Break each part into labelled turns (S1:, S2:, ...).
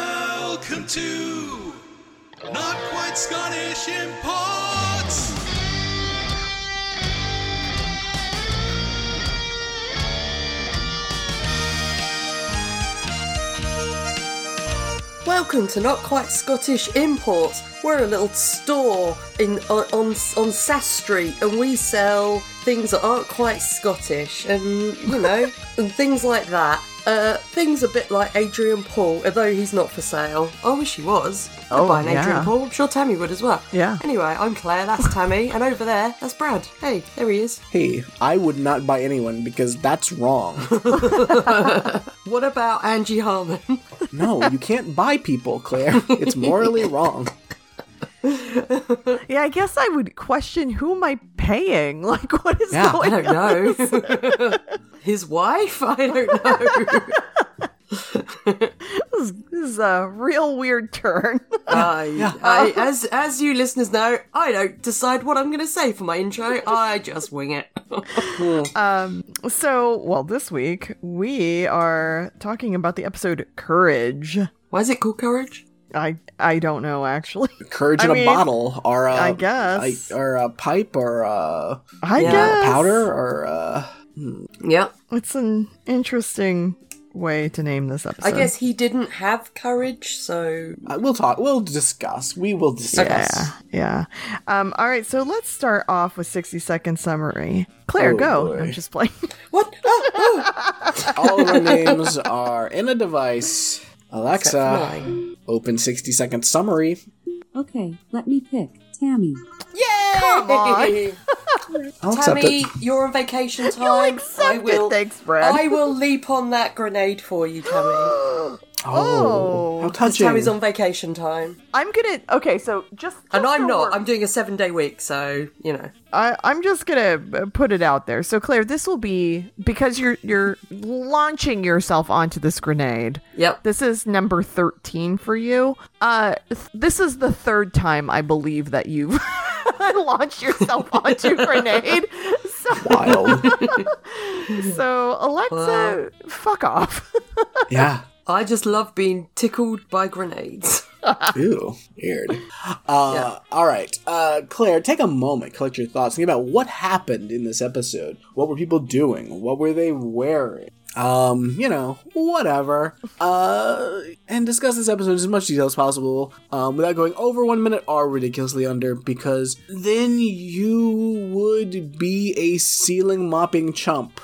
S1: Welcome to Not Quite Scottish Imports.
S2: Welcome to Not Quite Scottish Imports. We're a little store in on on, on Sass Street, and we sell things that aren't quite Scottish, and you know, and things like that. Uh, things a bit like Adrian Paul, although he's not for sale. I wish he was. I'd
S3: Oh,
S2: buy an Adrian
S3: yeah.
S2: Paul. I'm sure Tammy would as well.
S3: Yeah.
S2: Anyway, I'm Claire. That's Tammy, and over there, that's Brad. Hey, there he is.
S4: Hey, I would not buy anyone because that's wrong.
S2: What about Angie Harmon?
S4: no, you can't buy people, Claire. It's morally wrong.
S3: Yeah, I guess I would question who am I paying? Like, what is
S4: Yeah,
S3: going
S2: I
S3: on?
S2: don't know. His wife? I don't know.
S3: This is a real weird turn.
S2: I, I, as as you listeners know, I don't decide what I'm going to say for my intro. I just wing it.
S3: so, well, this week we are talking about the episode Courage.
S2: Why is it called courage?
S3: I I don't know actually.
S4: Courage
S3: I
S4: in a
S3: mean,
S4: bottle, or a,
S3: I guess.
S4: I- or a pipe, or uh, a
S3: I
S2: Yeah.
S3: guess
S4: powder, or uh, a,
S2: Yeah,
S3: It's an interesting way to name this episode.
S2: I guess he didn't have courage, so
S4: uh, we'll talk. We'll discuss. We will discuss.
S3: Yeah, yeah. Um, all right, so let's start off with sixty second summary. Claire,
S4: Oh,
S3: go.
S4: boy.
S3: I'm just playing.
S2: what? Oh, oh.
S4: All of our names are in a device. Alexa,
S2: Fine.
S4: open sixty second summary.
S5: Okay, let me pick. Tammy.
S3: Come on.
S4: I'll accept
S2: Tammy,
S4: it.
S2: you're on vacation time.
S3: accept
S2: I
S3: it.
S2: will.
S3: Thanks, Brad.
S2: I will leap on that grenade for you, Tammy.
S4: Oh,
S3: Oh.
S4: how
S2: 'Cause
S4: touching!
S2: Tammy's on vacation time,
S3: I'm gonna. Okay, so just, just
S2: and I'm
S3: so
S2: not.
S3: we're-
S2: I'm doing a seven day week, so you know.
S3: I, I'm just gonna uh, put it out there. So Claire, this will be because you're you're launching yourself onto this grenade.
S2: Yep.
S3: This is number thirteen for you. Uh, th- this is the third time I believe that you've launched yourself onto a grenade. So,
S4: Wild.
S3: so Alexa, fuck off.
S4: yeah.
S2: I just love being tickled by grenades.
S4: Ew, weird. Uh, All right, uh, Claire, take a moment, collect your thoughts, think about what happened in this episode. What were people doing? What were they wearing? Um, you know, whatever. Uh, and discuss this episode in as much detail as possible, um, without going over one minute or ridiculously under, because then you would be a ceiling mopping chump.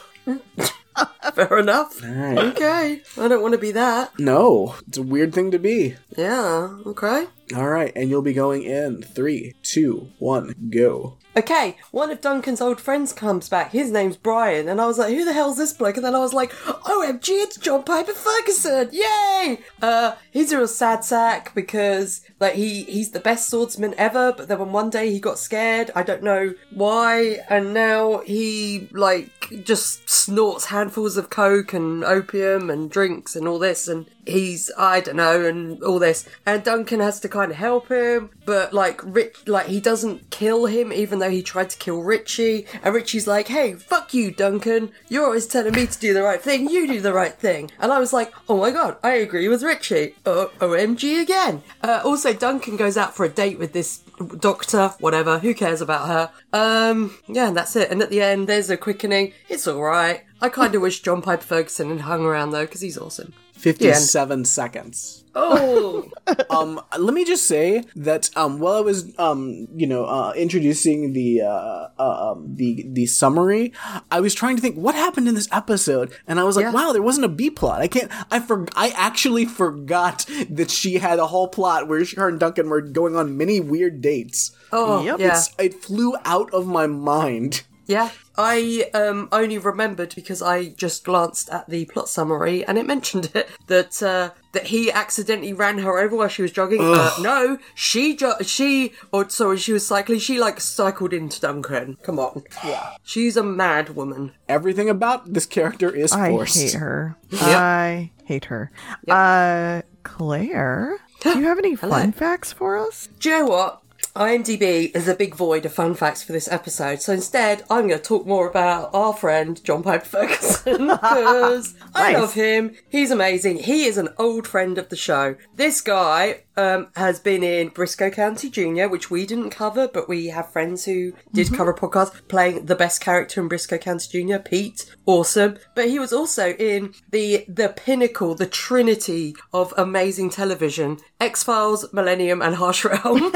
S2: Fair enough.
S4: All right.
S2: Okay. I don't want to be that.
S4: No, it's a weird thing to be.
S2: Yeah. Okay.
S4: All right, and you'll be going in three, two, one, go.
S2: Okay, one of Duncan's old friends comes back. His name's Brian, and I was like, "Who the hell's this bloke?" And then I was like, "OMG, it's John Piper Ferguson! Yay!" Uh, he's a real sad sack because like he he's the best swordsman ever, but then when one day he got scared, I don't know why, and now he like just snorts handfuls of coke and opium and drinks and all this, and he's I don't know and all this, and Duncan has to kind of help him, but like Rich, like he doesn't kill him even though he tried to kill Richie, and Richie's like, "Hey, fuck you, Duncan! You're always telling me to do the right thing. You do the right thing," and I was like, "Oh my god, I agree with Richie." Uh, O- OMG again. Uh, also, Duncan goes out for a date with this doctor, whatever. Who cares about her? Um, yeah, and that's it. And at the end, there's a quickening. It's all right. I kind of wish John Piper Ferguson had hung around though, because he's awesome.
S4: 57 seconds.
S2: Oh.
S4: Um, let me just say that um, while I was um, you know uh, introducing the uh, uh, um, the the summary, I was trying to think what happened in this episode, and I was like,
S2: Yeah.
S4: wow, there wasn't a B plot. I can't. I for I actually forgot that she had a whole plot where she, her and Duncan were going on many weird dates.
S2: Oh,
S3: Yep.
S2: yeah.
S4: It's, it flew out of my mind.
S2: yeah. I um, only remembered because I just glanced at the plot summary and it mentioned it that uh, that he accidentally ran her over while she was jogging. Uh, no, she jo- she or sorry, she was cycling. She like cycled into Duncan. Come on, yeah, she's a mad woman.
S4: Everything about this character is
S3: I
S4: forced.
S3: hate her. I hate her. Uh, Claire, do you have any fun facts for us?
S2: Do you know what? IMDb is a big void of fun facts for this episode, so instead I'm going to talk more about our friend John Piper Ferguson because I
S3: Nice.
S2: love him. He's amazing. He is an old friend of the show. This guy um, has been in Briscoe County Junior, which we didn't cover, but we have friends who did cover podcasts playing the best character in Briscoe County Junior, Pete. Awesome. But he was also in the the pinnacle, the trinity of amazing television: X Files, Millennium, and Harsh Realm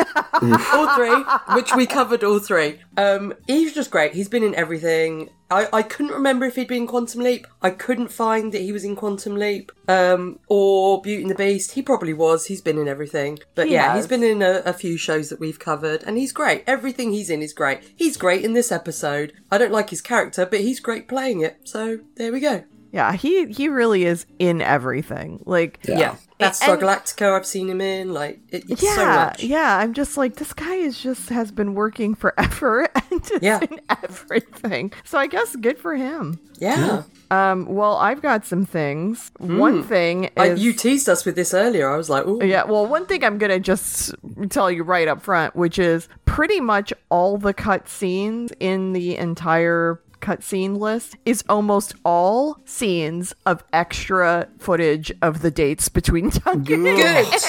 S2: all three, which we covered all three. Um, he's just great. He's been in everything. I, I couldn't remember if he'd been in Quantum Leap. I couldn't find that he was in Quantum Leap um, or Beauty and the Beast. He probably was. He's been in everything. But
S3: He
S2: yeah,
S3: has.
S2: he's been in a, a few shows that we've covered and he's great. Everything he's in is great. He's great in this episode. I don't like his character, but he's great playing it. So there we go.
S3: Yeah, he he really is in everything. Like
S4: Yeah.
S2: Yeah. That's
S3: And-
S2: Galactico I've seen him in. Like, it, it's so
S3: yeah,
S2: much.
S3: yeah. I'm just like this guy is just has been working forever and just
S2: Yeah.
S3: in everything. So I guess good for him.
S2: yeah.
S3: Um, well, I've got some things. One thing is
S2: I, Hmm. Uh, you teased us with this earlier. I was like, oh,
S3: Yeah, well, one thing I'm going to just tell you right up front, which is pretty much all the cut scenes in the entire cutscene list is almost all scenes of extra footage of the dates between Duncan and
S2: Good.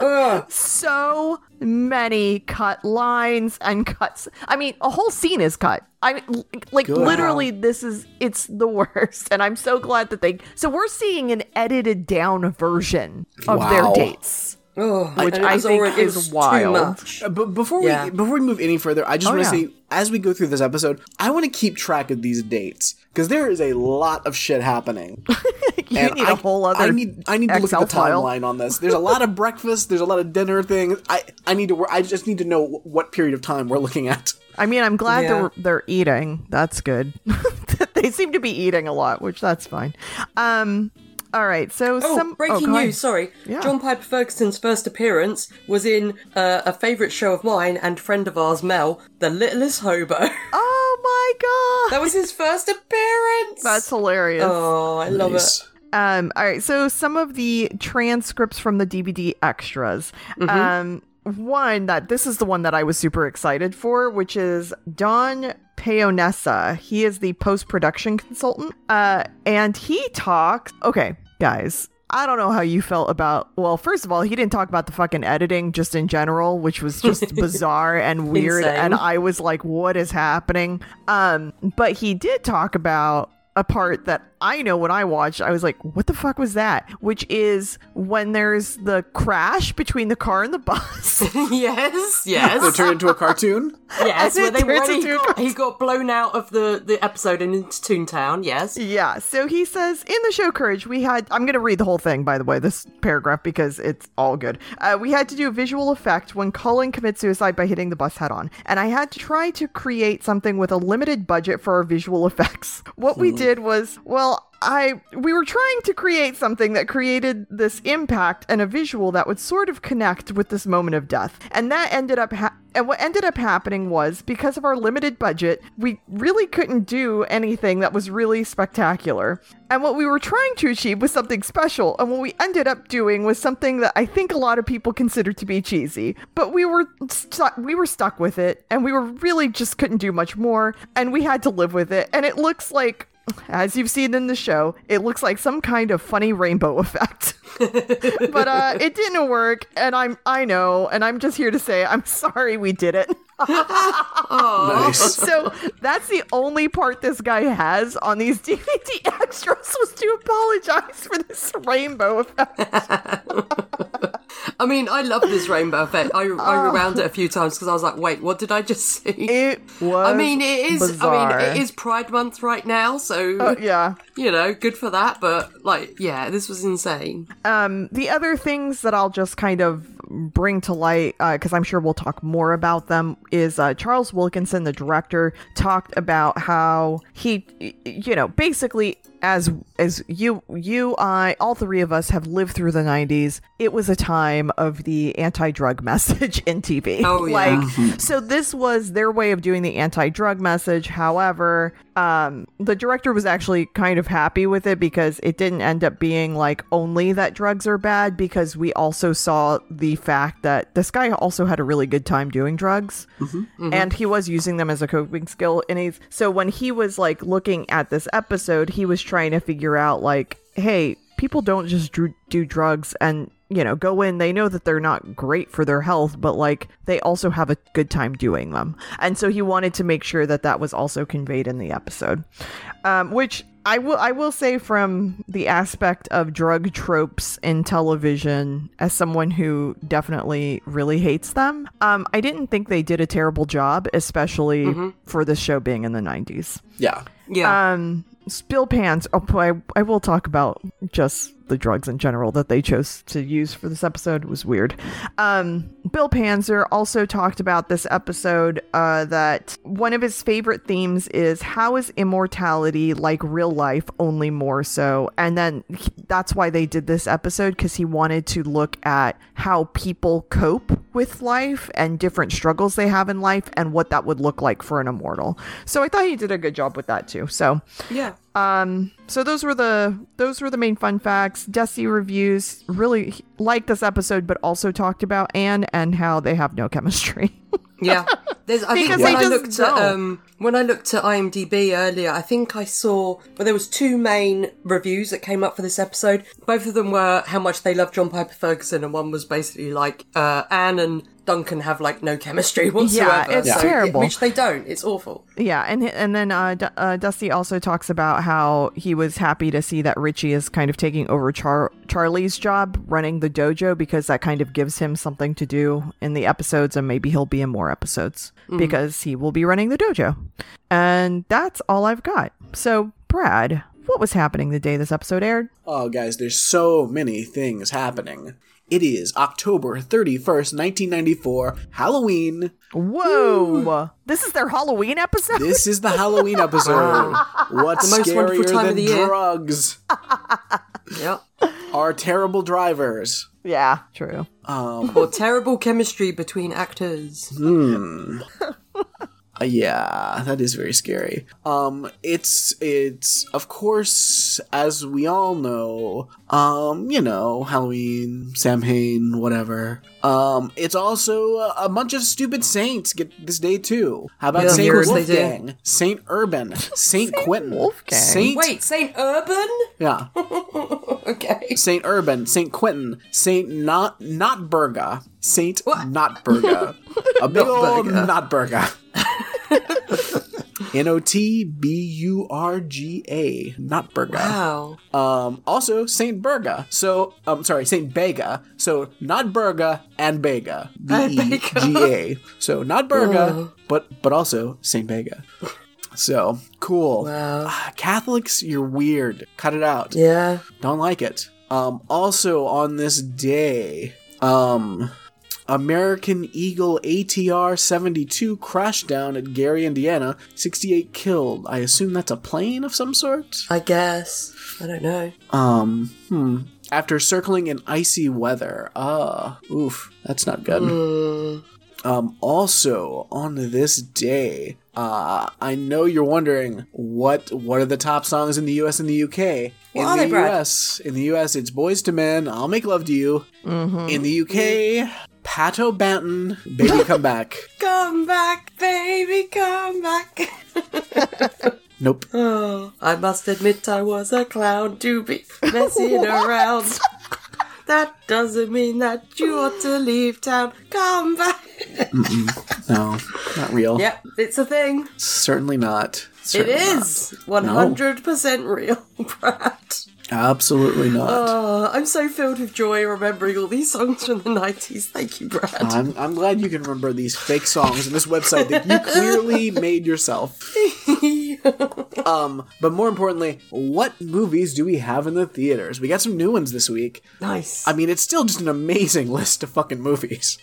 S2: Ugh.
S3: so many cut lines and cuts. I mean, a whole scene is cut. I mean, l- like
S4: Good.
S3: literally, this is it's the worst, and I'm so glad that they. So we're seeing an edited down version of
S4: Wow.
S3: their dates.
S2: Oh,
S3: Which
S2: and it
S3: I
S2: was
S3: think
S2: already- it
S3: is
S2: was too
S3: wild.
S2: much.
S4: Uh, But before we
S2: Yeah.
S4: before we move any further, I just
S3: Oh,
S4: want
S3: yeah.
S4: to say as we go through this episode, I want to keep track of these dates because there is a lot of shit happening.
S3: You
S4: And
S3: need
S4: I-
S3: a whole other.
S4: I need I need to look
S3: Excel
S4: at the
S3: file.
S4: timeline on this. There's a lot of breakfast. There's a lot of dinner things. I I need to wor- I just need to know wh- what period of time we're looking at.
S3: I mean, I'm glad
S2: Yeah.
S3: they're they're eating. That's good. they seem to be eating a lot, which that's fine. Um. All right. So
S2: Oh,
S3: some
S2: breaking
S3: go ahead.
S2: news, sorry.
S3: Yeah.
S2: John Piper Ferguson's first appearance was in uh, a favourite show of mine and friend of ours, Mel, The Littlest Hobo.
S3: Oh my god.
S2: that was his first appearance!
S3: That's hilarious.
S2: Oh, I love it.
S3: Um, all right, so some of the transcripts from the DVD extras. Um, one that this is the one that I was super excited for, which is Don Peonessa. He is the post production consultant, uh, and he talks. Okay, guys. I don't know how you felt about. Well, first of all, he didn't talk about the fucking editing just in general, which was just bizarre and weird.
S2: Insane.
S3: And I was like, what is happening? Um, but he did talk about a part that I know when I watched, I was like, what the fuck was that? Which is when there's the crash between the car and the bus.
S2: yes,
S4: They
S2: yes,
S4: turn into a cartoon.
S2: yes. Where
S3: And it
S2: they, when
S3: turns
S2: he,
S3: into a
S2: got, he got blown out of the, the episode and into Toontown, yes.
S3: yeah. So he says in the show Courage, we had. I'm going to read the whole thing, by the way, this paragraph, because it's all good. Uh, we had to do a visual effect when Cullen commits suicide by hitting the bus head on. And I had to try to create something with a limited budget for our visual effects. What we did was, well, I we were trying to create something that created this impact and a visual that would sort of connect with this moment of death. And that ended up ha- and what ended up happening was because of our limited budget, we really couldn't do anything that was really spectacular. And what we were trying to achieve was something special, and what we ended up doing was something that I think a lot of people consider to be cheesy. But we were stu- we were stuck with it, and we were really just couldn't do much more, and we had to live with it. And it looks like as you've seen in the show, it looks like some kind of funny rainbow effect. but uh, it didn't work, and I'm I know, and I'm just here to say I'm sorry we did it. Oh.
S4: Nice.
S3: So that's the only part this guy has on these DVD extras was to apologize for this rainbow effect.
S2: I mean, I love this rainbow effect. I, I rewound it a few times because I was like, wait, what did I just see?
S3: Oh. It was.
S2: I mean, it is.
S3: Bizarre. Oh,
S2: I mean, it is Pride Month right now, so
S3: Yeah.
S2: you know, good for that. But like, yeah, this was insane.
S3: Um, the other things that I'll just kind of bring to light, because I'm sure we'll talk more about them, is uh, Charles Wilkinson, the director, talked about how he, you know, basically as as you you I all three of us have lived through the 90s, it was a time of the anti-drug message in TV.
S2: Oh, yeah.
S3: like so this was their way of doing the anti-drug message. However, um, the director was actually kind of happy with it because it didn't end up being like only that drugs are bad because we also saw the fact that this guy also had a really good time doing drugs and he was using them as a coping skill and he's so when he was like looking at this episode he was trying to figure out like hey people don't just do, do drugs and you know go in they know that they're not great for their health but like they also have a good time doing them and so he wanted to make sure that that was also conveyed in the episode um, which I will I will say from the aspect of drug tropes in television, as someone who definitely really hates them, um, I didn't think they did a terrible job, especially for this show being in the '90s.
S4: Yeah.
S2: Yeah.
S3: Um, spill pans. Oh, I I will talk about just the drugs in general that they chose to use for this episode was weird. Um, Bill Panzer also talked about this episode uh, that one of his favorite themes is how is immortality like real life only more so, and then he- that's why they did this episode because he wanted to look at how people cope with life and different struggles they have in life and what that would look like for an immortal. So I thought he did a good job with that too. So
S2: yeah.
S3: um so those were the those were the main fun facts. Dusty reviews really liked this episode but also talked about Anne and how they have no chemistry.
S2: Yeah, there's. I think
S3: Because
S2: when
S3: they
S2: I
S3: just
S2: looked
S3: don't.
S2: at um, when I looked at IMDb earlier, I think I saw. Well, there was two main reviews that came up for this episode. Both of them were how much they love John Piper Ferguson, and one was basically like uh, Anne and Duncan have like no chemistry whatsoever.
S3: it's
S2: so-
S3: terrible.
S2: Which they don't. It's awful.
S3: yeah, and and then uh, D- uh Dusty also talks about how he was happy to see that Richie is kind of taking over Char- Charlie's job running the dojo because that kind of gives him something to do in the episodes and maybe he'll be in more episodes because he will be running the dojo. And that's all I've got. So, Brad, what was happening the day this episode aired?
S4: Oh, guys, there's so many things happening. It is October 31st, 1994, Halloween.
S3: Whoa! This is their Halloween episode?
S4: This is the Halloween episode. What's
S2: The most wonderful
S4: scarier
S2: time of
S4: than
S2: the year.
S4: drugs?
S2: Yeah.
S4: Are terrible drivers.
S3: yeah, true.
S2: or terrible chemistry between actors.
S4: Uh, yeah, that is very scary. Um, it's it's of course, as we all know, um, you know, Halloween, Samhain, whatever. Um, it's also a, a bunch of stupid saints get this day too. How about
S2: Yeah, of
S4: Saint
S2: course they do.
S4: Wolfgang, Saint Urban, Saint Quentin,
S3: Wolfgang.
S4: Saint
S2: Wait, Saint Urban?
S4: yeah,
S2: Okay.
S4: Saint Urban, Saint Quentin, Saint Not Not Burga, Saint
S2: What?
S4: Not Burga, a big old
S2: Notburger.
S4: Not Burga. N O T B U R G A, Not Burga.
S2: Wow.
S4: Um, also Saint Burga. So, um, sorry, Saint Bega. So Not Burga and Bega, B E G A. So Not Burga, but but also Saint Bega. So cool.
S2: Wow.
S4: Ah, Catholics, you're weird. Cut it out.
S2: Yeah.
S4: Don't like it. Um, also on this day, um, American Eagle ATR 72 crashed down at Gary, Indiana. 68 killed. I assume that's a plane of some sort?
S2: I guess. I don't know.
S4: Um, hmm. After circling in icy weather. Ah, oof. That's not good.
S2: Uh.
S4: Um, also on this day, uh, I know you're wondering what what are the top songs in the U.S. and the U.K. in
S2: are
S4: the
S2: they, Brad?
S4: U.S., in the U.S., it's "Boys to Men," "I'll Make Love to You."
S2: Mm-hmm.
S4: In the U.K., Pat O'Banton, "Baby Come Back."
S2: Come back, baby, come back.
S4: Nope.
S2: Oh, I must admit I was a clown to be messing around. That doesn't mean that you ought to leave town. Come back.
S4: No, not real.
S2: Yep, it's a thing.
S4: Certainly not.
S2: It
S4: Certainly
S2: is 100% real, Brad.
S4: not. Absolutely not.
S2: Oh, I'm so filled with joy remembering all these songs from the 90s. Thank you, Brad.
S4: I'm, I'm glad you can remember these fake songs and this website that you clearly made yourself.
S2: Uh,
S4: Um, but more importantly, what movies do we have in the theaters? We got some new ones this week.
S2: nice.
S4: I mean, it's still just an amazing list of fucking movies.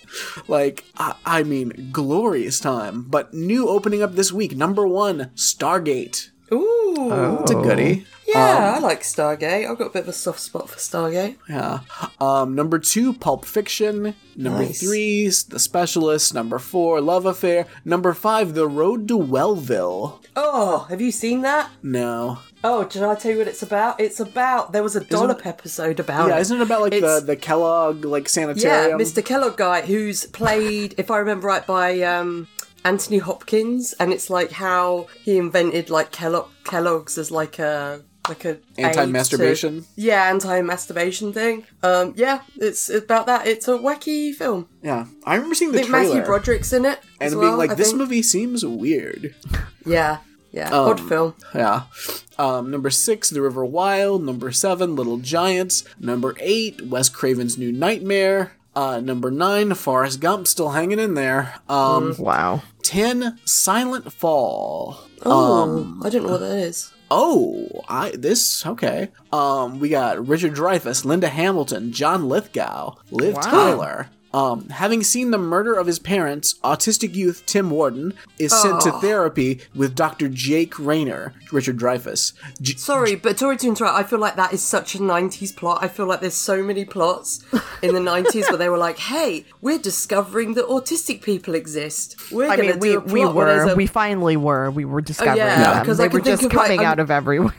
S4: Like, I, I mean, glorious time. But new opening up this week, number one, Stargate.
S2: Ooh.
S4: It's a goodie. Um,
S2: yeah, I like Stargate. I've got a bit of a soft spot for Stargate.
S4: Yeah. Um, number two, Pulp Fiction. Number
S2: Nice.
S4: three, The Specialist. Number four, Love Affair. Number five, The Road to Wellville.
S2: Oh, have you seen that?
S4: No.
S2: Oh, did I tell you what it's about? It's about there was a dollop episode about
S4: yeah,
S2: it.
S4: isn't it about like the,
S2: Oh,
S4: um,
S2: It's-
S4: the Kellogg like
S2: yeah,
S4: sanitarium?
S2: Mr. Kellogg guy who's played, if I remember right, by um, Anthony Hopkins, and it's like how he invented like Kellogg Kellogg's as like a like a aid to-
S4: Anti-masturbation?
S2: yeah, anti-masturbation thing. Um, yeah, it's about that. It's a wacky film.
S4: Yeah, I remember seeing
S2: I
S4: the
S2: think
S4: trailer
S2: Matthew Broderick's in it
S4: and
S2: as
S4: being
S2: well,
S4: like,
S2: I
S4: "This
S2: think.
S4: movie seems weird."
S2: Yeah, yeah, odd film.
S4: Yeah. Um, number six, The River Wild. Number seven, Little Giants. Number eight, Wes Craven's New Nightmare. Uh, number nine, Forrest Gump, still hanging in there.
S2: Mm.
S4: Um,
S3: Wow.
S4: ten, Silent Fall. Um,
S2: Oh, I don't know what that is.
S4: Oh, I this okay. Um, we got Richard Dreyfuss, Linda Hamilton, John Lithgow, Liv
S3: Wow.
S4: Tyler. Um, having seen the murder of his parents, autistic youth Tim Warden is sent to therapy with Dr. Jake Rayner, Richard Dreyfuss. J-
S2: Sorry, but sorry to interrupt. I feel like that is such a 90s plot. I feel like there's so many plots in the 90s where they were like, hey, we're discovering that autistic people exist. We're
S3: I
S2: going to
S3: mean,
S2: do
S3: we,
S2: a
S3: we
S2: plot where
S3: were.
S2: there's a- Oh,
S3: We finally were. We were discovering
S2: yeah,
S3: them.
S2: 'cause
S3: They
S2: I
S3: were
S2: can think
S3: just
S2: of, like,
S3: coming
S2: um,
S3: out of everywhere.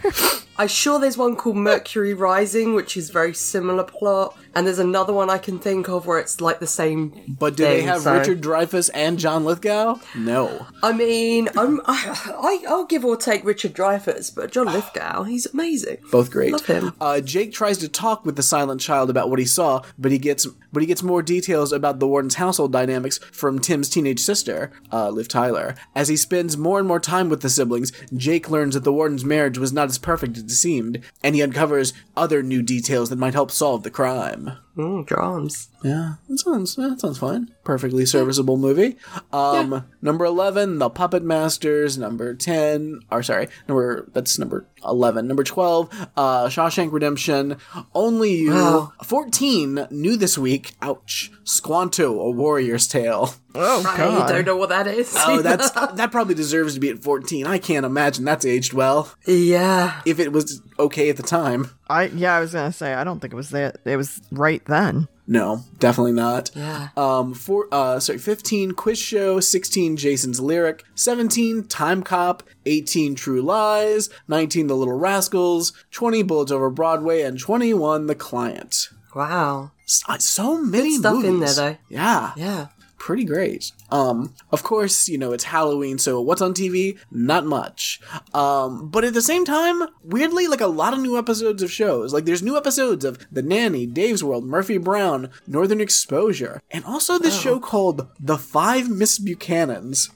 S2: I'm sure there's one called Mercury Rising, which is very similar plot. And there's another one I can think of where it's like the same.
S4: But do they
S2: thing,
S4: have
S2: so-
S4: Richard Dreyfuss and John Lithgow? No.
S2: I mean, I'm, I, I, I'll give or take Richard Dreyfuss, but John Lithgow, he's amazing.
S4: Both great.
S2: Love him.
S4: Uh, Jake tries to talk with the silent child about what he saw, but he gets but he gets more details about the warden's household dynamics from Tim's teenage sister, uh, Liv Tyler. As he spends more and more time with the siblings, Jake learns that the warden's marriage was not as perfect as it seemed, and he uncovers other new details that might help solve the crime.
S2: Mm, drums.
S4: Yeah, that sounds that sounds fine. Perfectly serviceable movie. Um, number eleven, The Puppet Masters. Number ten, or sorry, number that's number eleven. Number twelve, uh, Shawshank Redemption. Only you.
S2: Wow.
S4: Fourteen, new this week. Ouch. Squanto, A Warrior's Tale.
S3: oh,
S2: I don't know what that is.
S4: Oh, that's that probably deserves to be at fourteen. I can't imagine that's aged well.
S2: yeah.
S4: If it was okay at the time.
S3: I yeah, I was gonna say I don't think it was that. It was right then.
S4: No, definitely not.
S2: Yeah.
S4: Um, four, uh, sorry, 15, Quiz Show, 16, Jason's Lyric, 17, Time Cop, 18, True Lies, 19, The Little Rascals, 20, Bullets Over Broadway, and 21, The Client.
S2: Wow.
S4: So, so many
S2: Good stuff
S4: movies.
S2: in there, though.
S4: Yeah,
S2: Yeah.
S4: pretty great. Um, of course, you know, it's Halloween, so what's on TV? Not much. Um, but at the same time, weirdly, like a lot of new episodes of shows. Like there's new episodes of The Nanny, Dave's World, Murphy Brown, Northern Exposure, and also this show called The Five Miss Buchanans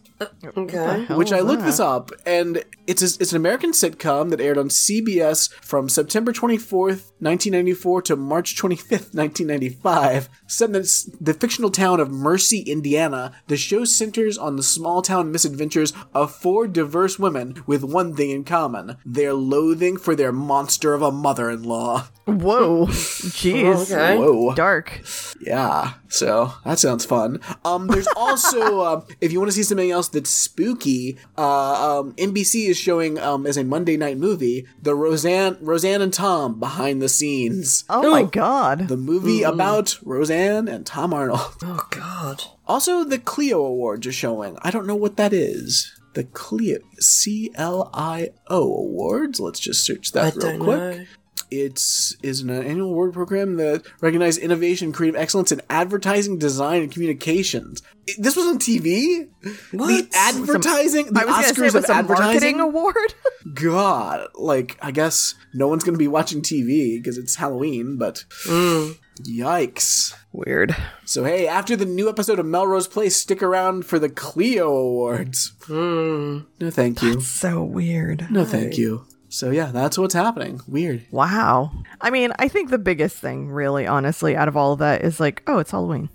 S2: Okay.
S4: which I looked this up, and it's a, it's an American sitcom that aired on CBS from September 24th, 1994 to March 25th, 1995. Set in the, s- the fictional town of Mercy, Indiana, the show centers on the small town misadventures of four diverse women with one thing in common: their loathing for their monster of a mother-in-law.
S3: Whoa, jeez,
S2: Okay.
S4: Whoa.
S3: dark.
S4: Yeah, so that sounds fun. Um, there's also um, if you want to see something else that's spooky, uh, um, NBC is showing um, as a Monday night movie the Roseanne Roseanne and Tom behind the scenes,
S3: Oh my god.
S4: the movie about Roseanne and Tom Arnold.
S2: Oh God.
S4: Also, the Clio Awards are showing. I don't know what that is. The Clio C L I O Awards. Let's just search that
S2: I
S4: real
S2: don't
S4: quick
S2: know.
S4: it's is an annual award program that recognizes innovation, creative excellence in advertising, design, and communications. I- this was on TV.
S2: What?
S4: The advertising, the
S3: I was gonna say
S4: Oscars
S3: it was
S4: of
S3: a marketing
S4: advertising.
S3: award.
S4: God, like I guess no one's gonna be watching TV because it's Halloween, but
S3: Mm.
S4: yikes.
S3: Weird.
S4: So hey, after the new episode of Melrose Place, stick around for the Clio Awards.
S3: Mm.
S4: No, thank you.
S3: So weird.
S4: No, thank you. So yeah, that's what's happening. Weird.
S3: Wow. I mean, I think the biggest thing, really, honestly, out of all of that is like, oh, it's Halloween.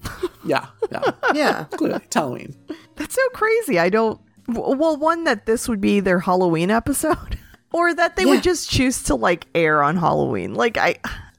S4: Yeah, yeah.
S2: Yeah.
S4: Clearly, it's Halloween.
S3: That's so crazy. I don't. w- Well, one that this would be their Halloween episode, or that they
S2: Yeah.
S3: would just choose to like air on Halloween. Like I,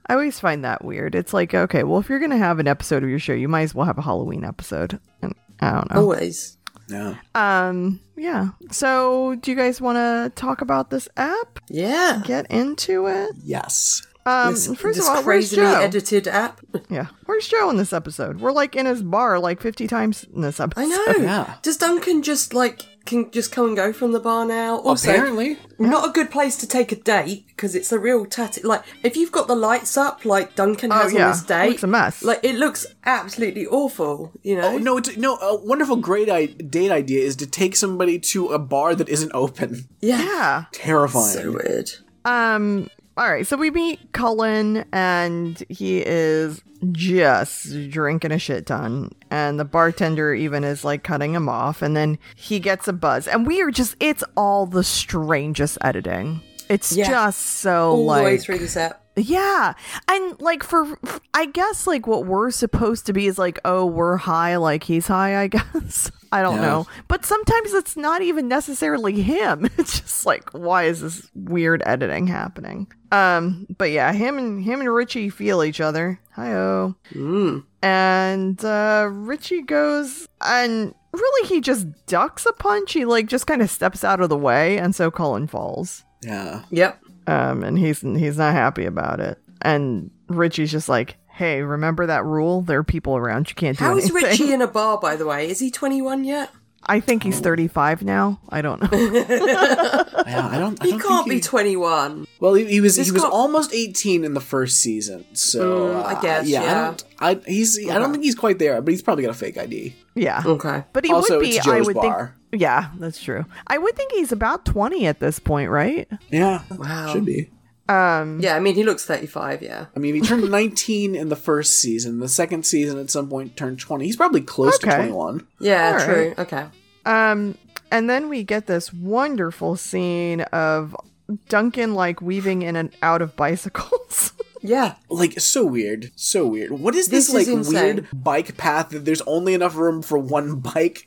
S3: I always find that weird. It's like, okay, well, if you're gonna have an episode of your show, you might as well have a Halloween episode. And I don't
S2: Oh.
S3: know.
S2: Always.
S4: Yeah.
S3: Um, yeah. So, do you guys want to talk about this app?
S2: Yeah.
S3: Get into it.
S4: Yes.
S3: Um,
S2: This-
S3: first
S2: this
S3: of all, where's
S2: crazily
S3: Joe?
S2: edited app.
S3: yeah, where's Joe in this episode? We're like in his bar like 50 times in this episode.
S2: I know.
S4: Yeah.
S2: Does Duncan just like can just come and go from the bar now. Also,
S4: Apparently.
S2: not a good place to take a date because it's a real tatty. Like if you've got the lights up, like Duncan has
S3: Oh, yeah.
S2: on this date,
S3: Looks a mess.
S2: Like it looks absolutely awful. You know,
S4: Oh, no, it's, no. A wonderful, great I- date idea is to take somebody to a bar that isn't open.
S2: yeah,
S3: yeah.
S4: Terrifying.
S2: so weird.
S3: Um. All right. So we meet Cullen, and he is just drinking a shit ton, and the bartender even is like cutting him off, and then he gets a buzz, and we are just—it's all the strangest editing. It's
S2: Yeah.
S3: just so
S2: All
S3: like
S2: the way through the set.
S3: yeah. And like for f- I guess like what we're supposed to be is like, oh, we're high like he's high, I guess. I don't
S4: Yeah.
S3: know. But sometimes it's not even necessarily him. It's just like why is this weird editing happening? Um but yeah, him and him and Richie feel each other. Hi-oh.
S2: Hmm.
S3: And uh Richie goes and really he just ducks a punch. He like just kind of steps out of the way and so Colin falls
S4: Yeah.
S2: Yep.
S3: um, and he's he's not happy about it. And Richie's just like, "Hey, remember that rule? There are people around. You can't do
S2: How is
S3: anything."
S2: Richie in a bar, by the way? Is he 21 yet?
S3: I think he's 35 now. I don't know.
S4: Yeah. I don't. I
S2: He
S4: don't
S2: can't
S4: think
S2: be
S4: he-
S2: 21.
S4: Well, he, he was he
S2: This
S4: was
S2: cop-
S4: almost eighteen in the first season, so
S2: Mm, I
S4: uh,
S2: guess,
S4: I
S2: yeah.
S4: don't. I he's I don't think he's quite there, but he's probably got a fake ID.
S3: yeah,
S2: Okay.
S3: but he
S4: also,
S3: would be.
S4: it's
S3: I
S4: Joe's
S3: would
S4: bar.
S3: think. Yeah, that's true. I would think he's about 20 at this point, right?
S4: Yeah,
S2: Wow.
S4: should be.
S3: Um,
S2: Yeah, I mean, he looks 35, yeah.
S4: I mean, he turned nineteen in the first season. The second season, at some point, turned twenty. He's probably close to
S3: Okay.
S4: twenty-one.
S2: Yeah,
S3: All
S2: true. Okay.
S3: Um, and then we get this wonderful scene of Duncan like weaving in and out of bicycles.
S2: Yeah.
S4: Like so weird, so weird. What is this,
S2: This is
S4: like
S2: insane.
S4: weird bike path that there's only enough room for one bike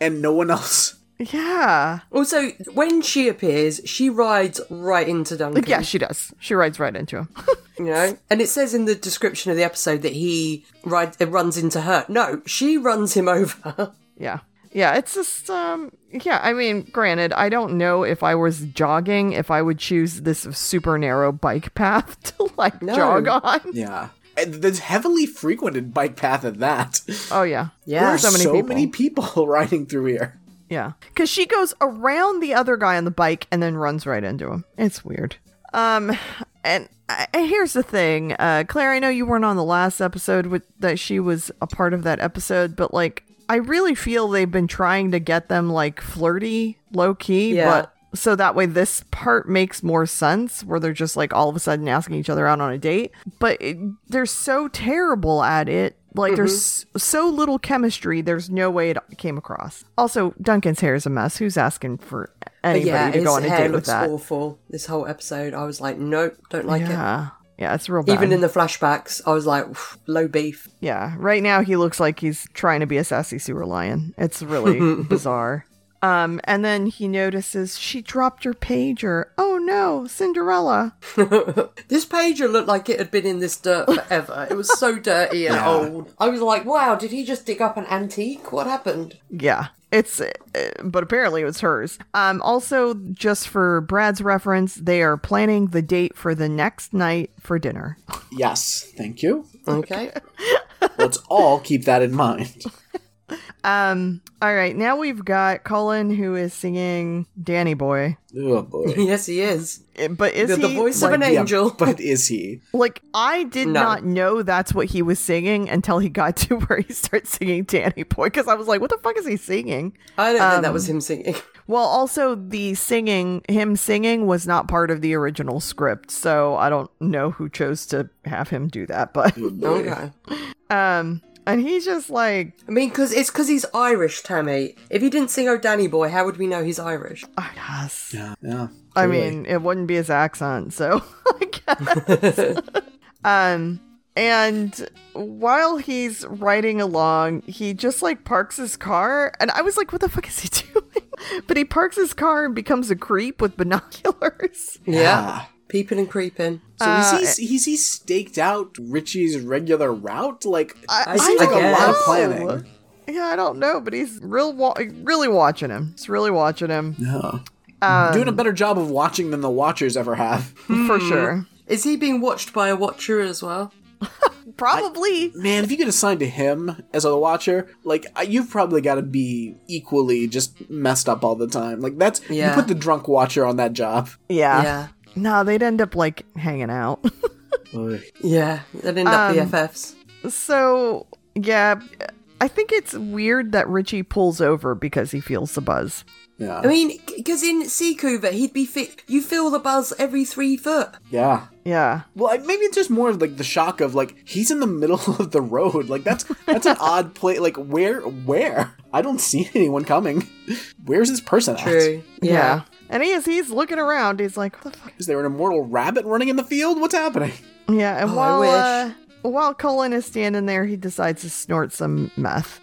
S4: and no one else?
S3: yeah.
S2: Also, when she appears, she rides right into Duncan.
S3: Yeah, she does. She rides right into him.
S2: You know? And it says in the description of the episode that he rides, uh, runs into her. No, she runs him over.
S3: Yeah. Yeah, it's just um yeah, I mean, granted, I don't know if I was jogging if I would choose this super narrow bike path to like
S2: No.
S3: jog on.
S4: Yeah, and there's heavily frequented bike path at that.
S3: Oh yeah.
S2: Yeah.
S3: There are so many people.
S4: many people riding through here.
S3: yeah. Cuz she goes around the other guy on the bike and then runs right into him. It's weird. Um and I, and here's the thing. Uh Claire, I know you weren't on the last episode with that she was a part of that episode, but like I really feel they've been trying to get them like flirty, low key,
S2: Yeah.
S3: but so that way this part makes more sense where they're just like all of a sudden asking each other out on a date but it, they're so terrible at it like
S2: Mm-hmm.
S3: there's so little chemistry there's no way it came across also duncan's hair is a mess who's asking for anybody
S2: yeah,
S3: to
S2: his
S3: go on a
S2: hair
S3: date with
S2: looks
S3: that
S2: awful. This whole episode, I was like, nope, don't like it.
S3: yeah yeah it's real bad
S2: Even in the flashbacks, I was like, "Phew, low beef.
S3: Yeah, right now he looks like he's trying to be a sassy sewer lion. It's really bizarre. Um, and then he notices she dropped her pager. Oh no, Cinderella.
S2: This pager looked like it had been in this dirt forever. it was so dirty and old. I was like, wow, did he just dig up an antique? What happened?
S3: Yeah, it's, uh, but apparently it was hers. Um, also, just for Brad's reference, they are planning the date for the next night for dinner.
S4: Yes, thank you.
S2: Okay.
S4: Let's all keep that in mind.
S3: Um, all right, now we've got Colin who is singing Danny Boy.
S4: Oh boy.
S2: yes, he is.
S3: Uh, But is
S2: The, the
S3: he,
S2: voice of an
S3: like-
S2: angel.
S4: Yeah, but is he?
S3: Like I did
S2: No.
S3: not know that's what he was singing until he got to where he starts singing Danny Boy because I was like, what the fuck is he singing?
S2: I don't
S3: Um,
S2: think that was him singing.
S3: Well, also the singing, him singing was not part of the original script, so I don't know who chose to have him do that, but
S2: Hmm. Okay.
S3: um and he's just like
S2: I mean, because it's because he's Irish, Tammy. If he didn't sing "Oh Danny Boy," how would we know he's Irish?
S3: I guess.
S4: Yeah. yeah
S3: I
S4: clearly.
S3: mean, it wouldn't be his accent, so I guess. um, and while he's riding along, he just like parks his car, and I was like, "What the fuck is he doing?" but he parks his car and becomes a creep with binoculars.
S2: Yeah, Uh, peeping and creeping.
S4: So is he is he staked out Richie's regular route? Like
S3: I-
S4: it
S2: I
S4: seems like a lot of
S2: guess.
S4: planning.
S3: Yeah, I don't know, but he's real, wa- really watching him. He's really watching him
S4: Yeah.
S2: Um,
S4: Doing a better job of watching than the Watchers ever have.
S3: for sure.
S2: Is he being watched by a watcher as well?
S3: Probably.
S4: Man, if you get assigned to him as a watcher, like I- you've probably got to be equally just messed up all the time. Like that's
S2: Yeah.
S4: you put the drunk watcher on that job.
S3: yeah.
S2: Yeah.
S3: No, they'd end up like hanging out.
S2: Yeah. They'd end up
S3: Um,
S2: BFFs.
S3: so, yeah, I think it's weird that Richie pulls over because he feels the buzz.
S4: Yeah,
S2: I mean, because in Seacouver, he'd be fit. You feel the buzz every three foot.
S4: yeah.
S3: Yeah.
S4: Well, I- maybe it's just more of like the shock of like he's in the middle of the road. Like that's that's an odd place. Like where where I don't see anyone coming. Where's this person at?
S2: True. Yeah.
S3: And he is, he's looking around. He's like, what the fuck?
S4: Is there an immortal rabbit running in the field? What's happening?
S3: Yeah. And
S2: Oh, I
S3: while,
S2: wish.
S3: Uh, while Colin is standing there, he decides to snort some meth.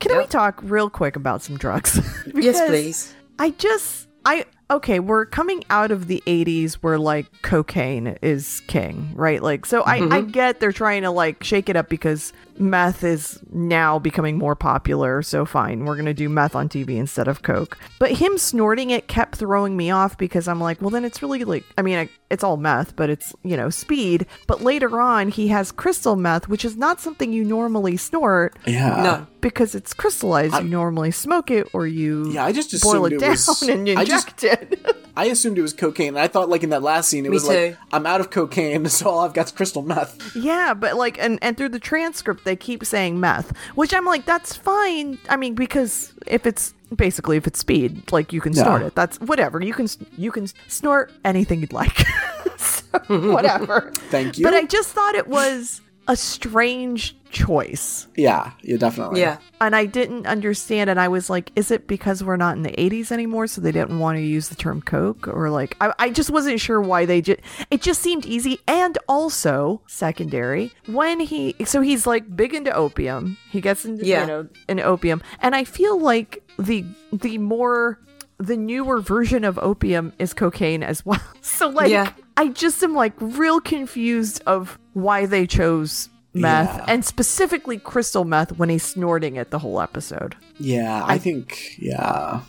S3: Can we talk real quick about some drugs?
S2: Yes,
S3: Because
S2: please.
S3: I just I okay, we're coming out of the 80s where like cocaine is king, right? Like so I I get they're trying to like shake it up because meth is now becoming more popular, so fine, we're going to do meth on TV instead of coke. But him snorting it kept throwing me off because I'm like, well then it's really like I mean, I, it's all meth, but it's, you know, speed. But later on he has crystal meth, which is not something you normally snort
S4: Yeah.
S2: No.
S3: because it's crystallized. you normally smoke it or you
S4: Yeah, I just
S3: boil
S4: assumed
S3: it
S4: it
S3: down
S4: was-
S3: and
S4: I just-
S3: inject it.
S4: I assumed it was cocaine. And I thought like in that last scene it
S2: Me
S4: was like
S2: too.
S4: I'm out of cocaine, so all I've got is crystal meth.
S3: yeah, but like, and, and through the transcript, they keep saying meth, which I'm like, that's fine. I mean, because if it's basically if it's speed, like you can
S4: Yeah.
S3: snort it. That's whatever. You can s- you can snort anything you'd like. so, whatever.
S4: Thank you.
S3: But I just thought it was a strange choice.
S4: Yeah, yeah, definitely.
S2: Yeah.
S3: and I didn't understand. And I was like, is it because we're not in the 80s anymore? So they didn't want to use the term Coke? Or like, I, I just wasn't sure why they just, it just seemed easy. And also, secondary, when he, so he's like big into opium. He gets into,
S2: Yeah.
S3: you know, in opium. And I feel like the, the more, the newer version of opium is cocaine as well. So like,
S2: Yeah.
S3: I just am like real confused of why they chose meth
S4: Yeah.
S3: and specifically crystal meth when he's snorting it the whole episode.
S4: Yeah, I think yeah.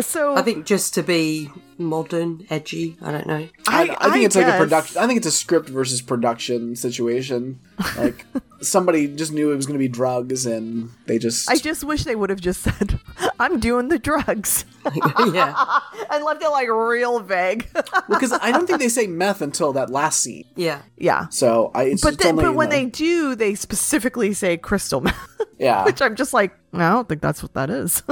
S3: So
S2: I think just to be modern, edgy. I don't know.
S4: I, I think it's like a
S3: guess-
S4: production. I think it's a script versus production situation. Like somebody just knew it was going to be drugs, and they just.
S3: I just wish they would have just said, "I'm doing the drugs,"
S2: yeah.
S3: and left it like real vague.
S4: because I don't think they say meth until that last scene.
S2: Yeah.
S3: yeah,
S4: So I. It's,
S3: but
S4: it's
S3: then,
S4: only
S3: but
S4: in
S3: when
S4: the-
S3: they do, they specifically say crystal meth,
S4: yeah
S3: which I'm just like, I don't think that's what that is.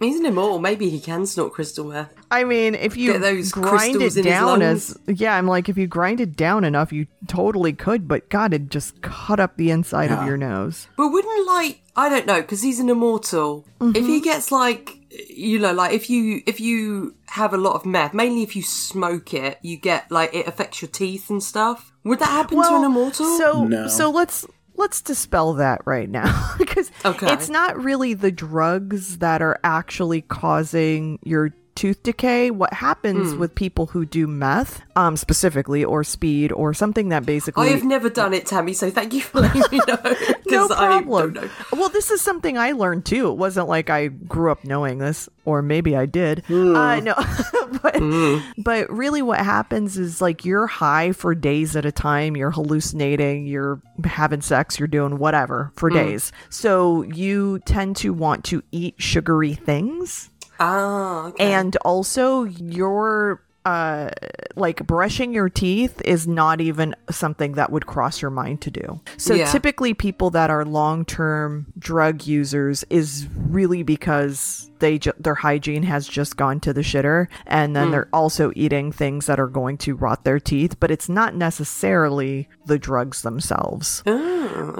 S2: He's an immortal. Maybe he can snort crystal meth.
S3: I mean, if you
S2: Get those
S3: grind
S2: crystals
S3: it
S2: in his
S3: down
S2: lungs.
S3: as yeah, I'm like if you grind it down enough, you totally could. But God, it just cut up the inside of your nose.
S2: But wouldn't like I don't know because he's an immortal. If
S3: Mm-hmm.
S2: he gets like you know, like if you if you have a lot of meth, mainly if you smoke it, you get like it affects your teeth and stuff. Would that happen to an immortal?
S3: So
S4: No.
S3: so let's let's dispel that right now because
S2: Okay.
S3: it's not really the drugs that are actually causing your tooth decay what
S2: Hmm.
S3: happens with people who do meth um specifically or speed or something that basically
S2: I have never done it, Tammy. So thank you for letting me know. 'cause
S3: no
S2: I
S3: problem.
S2: don't know.
S3: Well, this is something I learned too. It wasn't like I grew up knowing this, or maybe I did.
S2: Hmm.
S3: Uh, no, but but really, what happens is like you're high for days at a time. You're hallucinating. You're having sex. You're doing whatever for
S2: Hmm.
S3: days. So you tend to want to eat sugary things
S2: Ah, okay.
S3: and also your uh like brushing your teeth is not even something that would cross your mind to do so
S2: Yeah.
S3: typically people that are long-term drug users is really because they ju- their hygiene has just gone to the shitter and
S2: Hmm.
S3: then they're also eating things that are going to rot their teeth but it's not necessarily the drugs themselves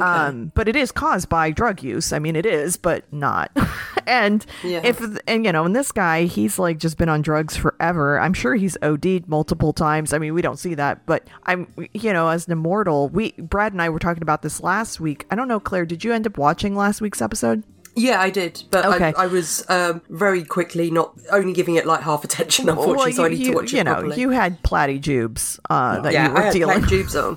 S3: um, but it is caused by drug use. I mean, it is, but not. and
S2: Yeah.
S3: if and you know, and this guy, he's like just been on drugs forever. I'm sure he's OD'd multiple times. I mean, we don't see that, but I'm you know, as an immortal, we Brad and I were talking about this last week. I don't know, Claire, did you end up watching last week's episode?
S2: Yeah, I did, but
S3: Okay.
S2: I, I was um, very quickly not only giving it like half attention, unfortunately. so I need to watch
S3: you
S2: it
S3: know,
S2: properly.
S3: you had platy jubes uh, that
S2: yeah,
S3: you were
S2: I had
S3: dealing
S2: black tubes on.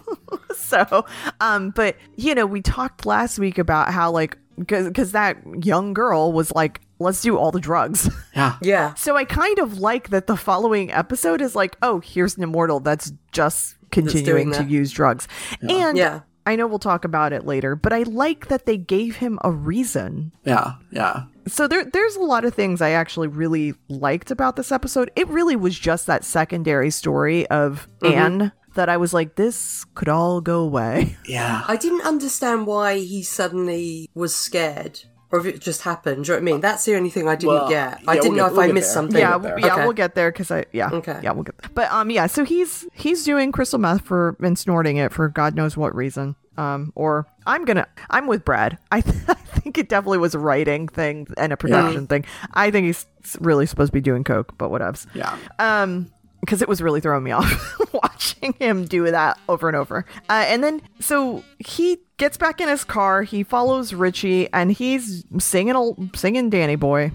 S3: so um but you know we talked last week about how like because that young girl was like let's do all the drugs
S4: yeah.
S2: Yeah,
S3: so i kind of like that the following episode is like oh here's an immortal that's just continuing
S2: doing
S3: to
S2: that.
S3: use drugs and
S2: yeah,
S3: I know we'll talk about it later, but I like that they gave him a reason.
S4: Yeah, yeah.
S3: So there there's a lot of things I actually really liked about this episode. It really was just that secondary story of
S2: Mm-hmm.
S3: Anne that I was like, this could all go away.
S4: Yeah.
S2: I didn't understand why he suddenly was scared. Or if it just happened, do you know what I mean? That's the only thing I didn't
S4: Well,
S2: get.
S4: yeah,
S2: I
S4: we'll
S2: didn't know
S4: get-
S2: if
S4: we'll
S2: I
S4: get
S2: missed
S4: there.
S2: something.
S3: yeah,
S4: get
S3: we'll-
S4: there.
S3: yeah,
S2: Okay.
S3: we'll get there because I yeah
S2: Okay.
S3: yeah we'll get there. But um yeah, so he's he's doing crystal meth for and snorting it for God knows what reason. Um, or I'm gonna I'm with Brad. I, th- I think it definitely was a writing thing and a production thing. I think he's s- really supposed to be doing coke, but whatevs.
S4: Yeah.
S3: Um, because it was really throwing me off watching him do that over and over. Uh, and then so he gets back in his car. He follows Richie, and he's singing old singing Danny Boy.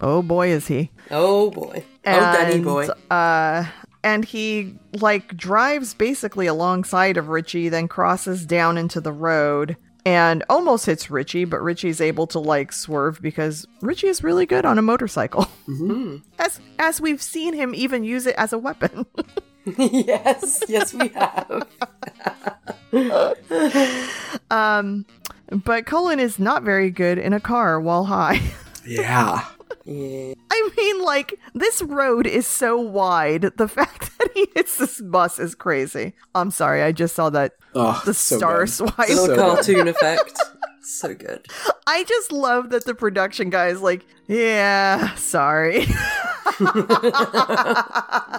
S3: Oh boy, is he!
S2: Oh boy. oh, Danny boy.
S3: Uh, and he like drives basically alongside of Richie, then crosses down into the road and almost hits Richie, but Richie's able to like swerve because Richie is really good on a motorcycle.
S4: Mm-hmm.
S3: As as we've seen him even use it as a weapon.
S2: yes, yes, we have.
S3: um, but Cullen is not very good in a car while high.
S4: Yeah.
S2: Yeah.
S3: I mean, like, this road is so wide. The fact that he hits this bus is crazy. I'm sorry, I just saw that
S4: Oh,
S3: the
S4: so
S3: star
S4: good.
S3: swipe.
S4: So
S2: Little
S4: good.
S2: cartoon effect. So good.
S3: I just love that the production guy is like, yeah, sorry.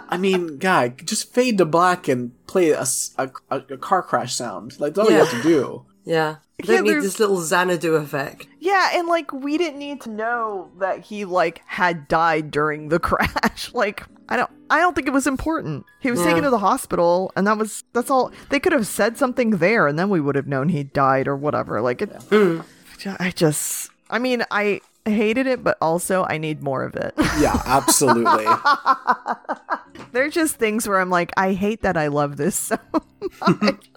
S4: I mean, guy, just fade to black and play a, s- a- a- a car crash sound. Like, that's all you
S2: Yeah.
S4: have to do.
S2: Yeah.
S3: Yeah,
S2: Don't need
S3: there's-
S2: this little Xanadu effect.
S3: yeah, and like, we didn't need to know that he like had died during the crash. like, I don't, I don't think it was important. He was taken to the hospital, and that was that's all. They could have said something there, and then we would have known he died or whatever. Like, it, I just, I mean, I hated it, but also I need more of it.
S4: Yeah, absolutely.
S3: They're just things where I'm like, I hate that I love this so much.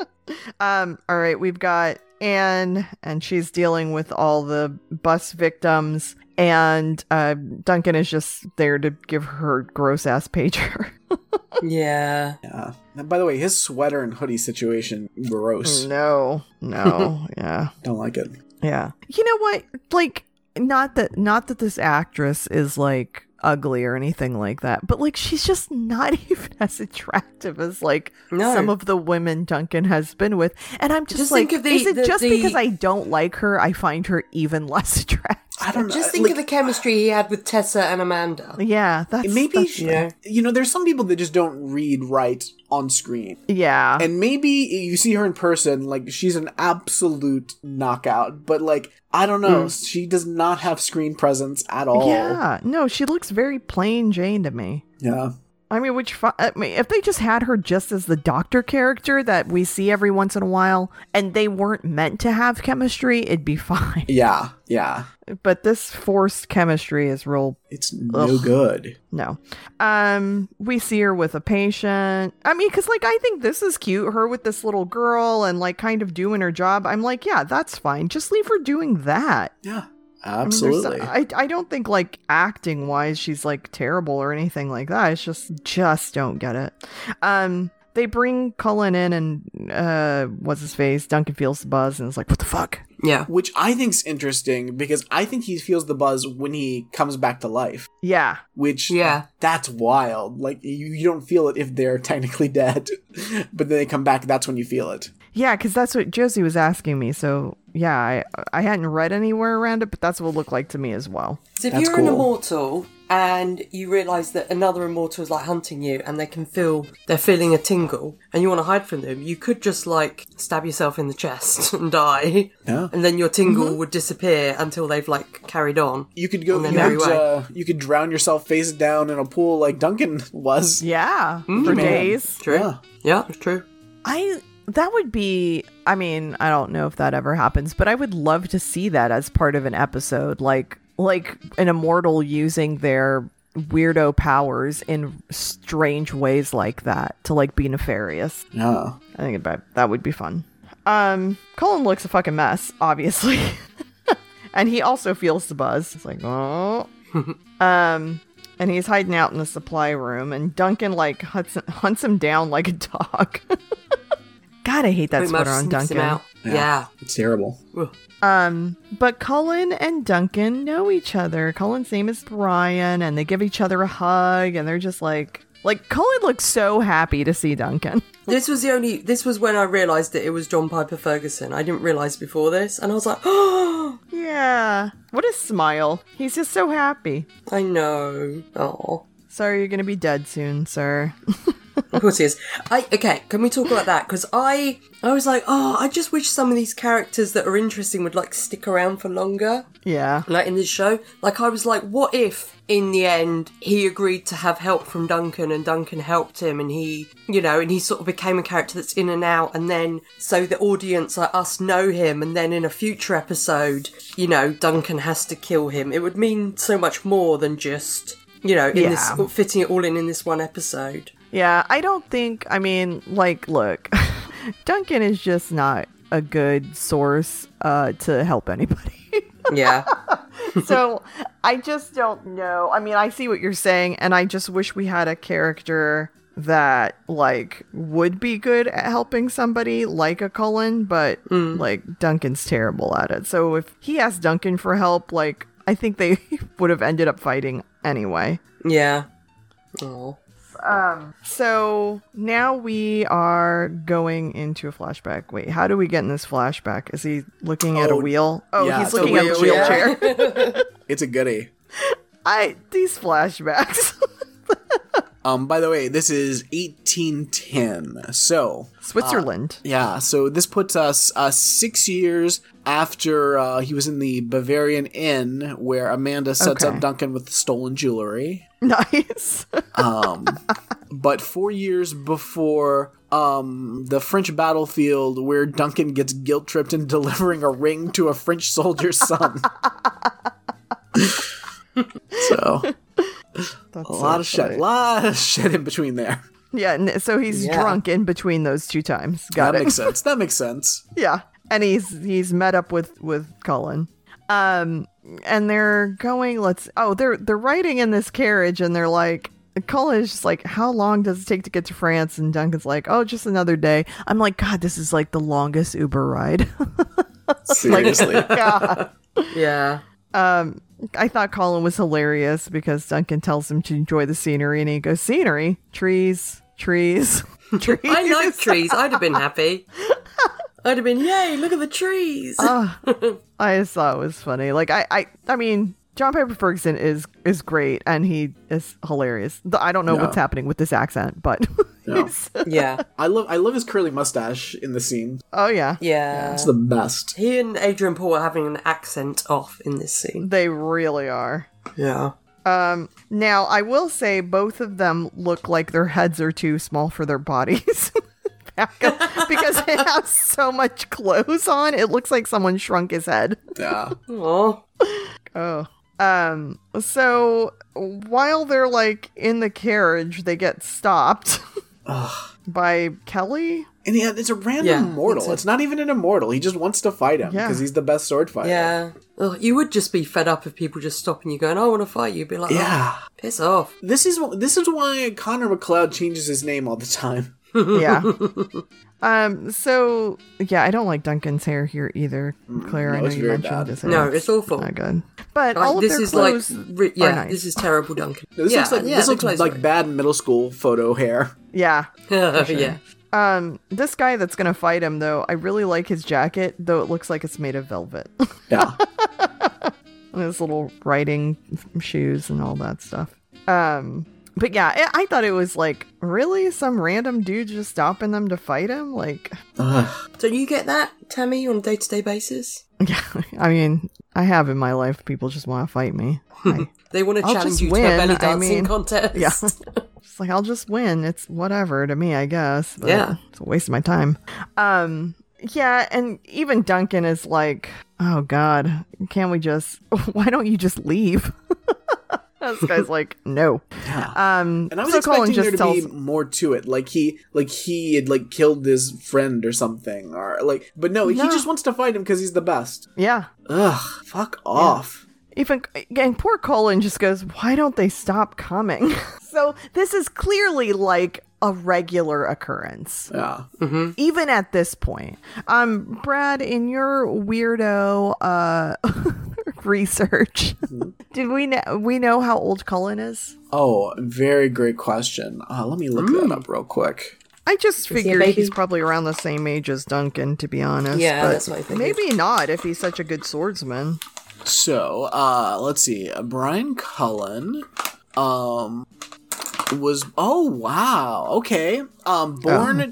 S3: um, all right, we've got Anne, and she's dealing with all the bus victims, and uh, Duncan is just there to give her gross ass pager.
S2: Yeah.
S4: yeah. And by the way, his sweater and hoodie situation,
S2: Mm.
S4: gross.
S3: no, no, yeah.
S4: Don't like it.
S3: Yeah. You know what? Like not that not that this actress is like ugly or anything like that, but like she's just not even as attractive as like
S2: No.
S3: some of the women Duncan has been with. And I'm just,
S2: Just
S3: like
S2: think of the-
S3: is it
S2: the-
S3: just
S2: the-
S3: because I don't like her, I find her even less attractive?
S4: I don't know.
S2: Just think of the chemistry he had with Tessa and Amanda.
S3: Yeah, that's
S4: Maybe,
S3: that's-
S2: Yeah.
S4: you know, there's some people that just don't read right on screen.
S2: Uh.
S3: yeah.
S4: And maybe you see her in person, like she's an absolute knockout. But like, I don't know,
S2: Mm.
S4: she does not have screen presence at all.
S3: yeah. No, she looks very plain Jane to me.
S4: yeah,
S3: I mean, which fi- I mean, if they just had her just as the doctor character that we see every once in a while, and they weren't meant to have chemistry, it'd be fine.
S4: yeah. yeah.
S3: But this forced chemistry is real.
S4: It's no good.
S3: No, um, we see her with a patient. I mean, because like I think this is cute, her with this little girl and like kind of doing her job. I'm like, yeah, that's fine. Just leave her doing that.
S4: Yeah,
S3: I mean, there's-
S4: absolutely.
S3: I, I don't think like acting wise she's like terrible or anything like that. It's just just don't get it. Um they bring Cullen in and uh what's his face? Duncan feels the buzz and is like, What the fuck?
S2: Yeah.
S4: Which I think's interesting because I think he feels the buzz when he comes back to life.
S3: Yeah.
S4: Which
S2: Yeah.
S4: that's wild. Like you, you don't feel it if they're technically dead, but then they come back. That's when you feel it.
S3: Yeah, because that's what Josie was asking me. So yeah, I I hadn't read anywhere around it, but that's what it looked like to me as well.
S2: So if
S4: That's
S2: you're an
S4: cool.
S2: immortal and you realise that another immortal is like hunting you and they can feel they're feeling a tingle and you want to hide from them, you could just like stab yourself in the chest and die.
S4: Yeah.
S2: And then your tingle would disappear until they've like carried on.
S4: You could go.
S2: On
S4: You
S2: their merry
S4: could,
S2: way.
S4: uh, you could drown yourself face down in a pool like Duncan was.
S3: Yeah. for
S4: Man.
S3: days.
S2: True.
S4: Yeah.
S2: Yeah, it's true.
S3: I that would be I mean, I don't know if that ever happens, but I would love to see that as part of an episode like like an immortal using their weirdo powers in strange ways like that to like be nefarious.
S4: Yeah.
S3: I think it'd be- that would be fun. Um Colin looks a fucking mess, obviously. and he also feels the buzz. It's like, "Oh." um and he's hiding out in the supply room and Duncan like hunts, hunts him down like a dog. God, God, I hate that
S2: Pretty much
S3: sweater on
S2: sniffs him
S3: Duncan.
S2: out.
S4: Yeah.
S2: Yeah.
S4: It's terrible.
S3: Um, but Cullen and Duncan know each other. Cullen's name is Brian, and they give each other a hug, and they're just like, like Cullen looks so happy to see Duncan.
S2: This was the only. This was when I realised that it was John Piper Ferguson. I didn't realise before this, and I was like, "Oh,
S3: Yeah, what a smile! He's just so happy.
S2: I know." Oh,
S3: Sorry, you're gonna be dead soon, sir.
S2: of course he is. I okay. Can we talk about that? Because I, I was like, "Oh, I just wish some of these characters that are interesting would like stick around for longer."
S3: yeah,
S2: like in this show. Like I was like, what if in the end he agreed to have help from Duncan and Duncan helped him and he you know, and he sort of became a character that's in and out and then so the audience like us know him and then in a future episode, you know, Duncan has to kill him. It would mean so much more than just you know, in this
S3: Yeah.
S2: fitting it all in in this one episode.
S3: yeah. I don't think. I mean, like, look, Duncan is just not a good source uh, to help anybody.
S2: Yeah.
S3: so I just don't know. I mean, I see what you're saying, and I just wish we had a character that like would be good at helping somebody like a Cullen, but like Duncan's terrible at it. So if he asked Duncan for help, like I think they would have ended up fighting anyway.
S2: yeah. Oh.
S3: So now we are going into a flashback. Wait, how do we get in this flashback? Is he looking at a
S4: Oh,
S3: wheel? Oh,
S4: yeah,
S3: he's
S4: it's a
S3: looking at the
S4: wheelchair.
S3: wheelchair.
S4: It's a goodie.
S3: I these flashbacks.
S4: Um, by the way, this is 1810. So,
S3: Switzerland.
S4: yeah, so this puts us uh, six years after uh, he was in the Bavarian Inn where Amanda sets
S3: Okay.
S4: up Duncan with stolen jewelry.
S3: nice.
S4: Um, but four years before um, the French battlefield where Duncan gets guilt tripped into delivering a ring to a French soldier's son. so,
S3: That's
S4: a lot of shit.
S3: funny.
S4: A lot of shit in between there.
S3: Yeah, n- so he's
S2: Yeah.
S3: drunk in between those two times. Got
S4: that
S3: it.
S4: makes sense. That makes sense.
S3: yeah, and he's he's met up with with Cullen. Um, and they're going. Let's. Oh, they're they're riding in this carriage, and they're like. Cullen is just like, how long does it take to get to France? And Duncan's like, oh, just another day. I'm like, God, this is like the longest Uber ride.
S4: Seriously.
S2: Yeah.
S3: Um, I thought Colin was hilarious because Duncan tells him to enjoy the scenery, and he goes, "Scenery, trees, trees, trees."
S2: I like trees. I'd have been happy. I'd have been, yay, look at the trees.
S3: Oh. I just thought it was funny. Like I, I, I mean, John Piper Ferguson is is great, and he is hilarious. Th- I don't know what's
S4: Yeah.
S3: happening with this accent, but he's-
S2: yeah.
S4: I love I love his curly mustache in the scene.
S3: oh yeah,
S2: Yeah.
S4: It's the best.
S2: He and Adrian Paul are having an accent off in this scene.
S3: they really are.
S2: Yeah.
S3: Um, now I will say both of them look like their heads are too small for their bodies. because they have so much clothes on, it looks like someone shrunk his head.
S4: Yeah.
S2: Oh.
S3: Oh. Um, so while they're like in the carriage, they get stopped by Kelly.
S4: And yeah, it's a random
S2: Yeah,
S4: mortal.
S2: it's a-
S4: It's not even an immortal. He just wants to fight him
S3: Yeah.
S4: because he's the best sword fighter.
S2: Yeah. Ugh, you would just be fed up if people just stopping you going, I want to fight you. You'd be like, yeah.
S4: Yeah.
S2: piss off.
S4: This is this is why Connor McLeod changes his name all the time.
S3: Yeah. um, so yeah, I don't like Duncan's hair here either, Claire.
S4: Mm, no,
S3: I know
S4: it's
S3: you
S4: very
S3: mentioned
S4: bad.
S3: his hair.
S2: No, it's awful.
S3: not good. But
S2: Like,
S3: all of
S2: this
S3: their
S2: is like,
S3: clothes
S2: ri- yeah,
S3: nice.
S2: this is terrible, Duncan.
S4: This
S2: yeah,
S4: looks like
S2: yeah,
S4: this
S2: the
S4: looks
S2: clothes
S4: like
S2: are-
S4: bad middle school photo hair.
S3: yeah.
S2: yeah.
S3: Um, this guy that's gonna fight him though, I really like his jacket, though it looks like it's made of velvet.
S4: Yeah.
S3: and his little riding shoes and all that stuff. Um, but yeah, I I thought it was like really some random dude just stopping them to fight him. Like,
S4: Ugh.
S2: So you get that, Tammy, on a day to day basis?
S3: yeah, I mean, I have in my life people just want to fight me. I,
S2: They want to
S3: I'll
S2: challenge
S3: just
S2: you to a
S3: win,
S2: belly
S3: I
S2: dancing
S3: mean.
S2: contest.
S3: Yeah. it's like I'll just win. It's whatever to me, I guess. but
S2: Yeah.
S3: it's a waste of my time. Um, yeah, and even Duncan is like, oh god, can we just? Why don't you just leave? this guy's like, no. Um,
S4: And I was
S3: so Colin
S4: expecting
S3: just
S4: there to
S3: tells
S4: be more to it. Like he like he had like killed his friend or something or like but no, he
S3: No.
S4: just wants to fight him because he's the best.
S3: Yeah.
S4: Ugh, fuck off.
S3: Even and poor Colin just goes, "Why don't they stop coming?" so this is clearly like a regular occurrence,
S4: Yeah.
S3: even at this point. Um, Brad, in your weirdo uh, research,
S2: Mm-hmm.
S3: did we know we know how old Cullen is?
S4: Oh, very great question. Uh, let me look
S2: Mm.
S4: that up real quick.
S3: I just
S2: he a
S3: figured he's
S2: baby?
S3: probably around the same age as Duncan, to be honest.
S2: Yeah,
S3: but
S2: that's what I figured.
S3: Maybe not if he's such a good swordsman.
S4: So, uh, let's see. Uh, Brian Cullen, um, was oh wow okay um born
S2: Oh.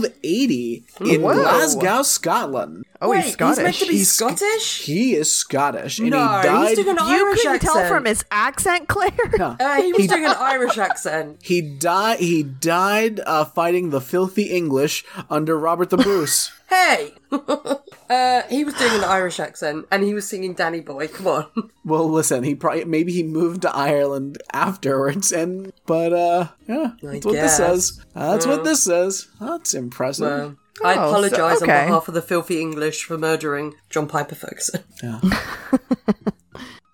S4: 1280 in
S3: Whoa.
S4: glasgow scotland
S3: Oh,
S2: Wait,
S3: he's Scottish.
S2: He's meant to be
S4: He's sc-
S2: Scottish.
S4: he is scottish and
S2: no,
S4: he died
S2: he's doing an
S3: you
S2: Irish
S3: couldn't
S2: accent.
S3: tell from his accent, Claire.
S4: No.
S2: Uh, he was doing an Irish accent.
S4: He died. He died uh, fighting the filthy English under Robert the Bruce.
S2: Hey, uh, he was doing an Irish accent, and he was singing "Danny Boy." Come on,
S4: well, listen. He probably maybe he moved to Ireland afterwards, and but uh, yeah, that's what this
S2: guess.
S4: says. Uh, that's what this says. That's impressive.
S2: Uh, I
S3: Oh, so-
S2: apologise
S3: okay.
S2: on behalf of the filthy English for murdering John Piper Ferguson.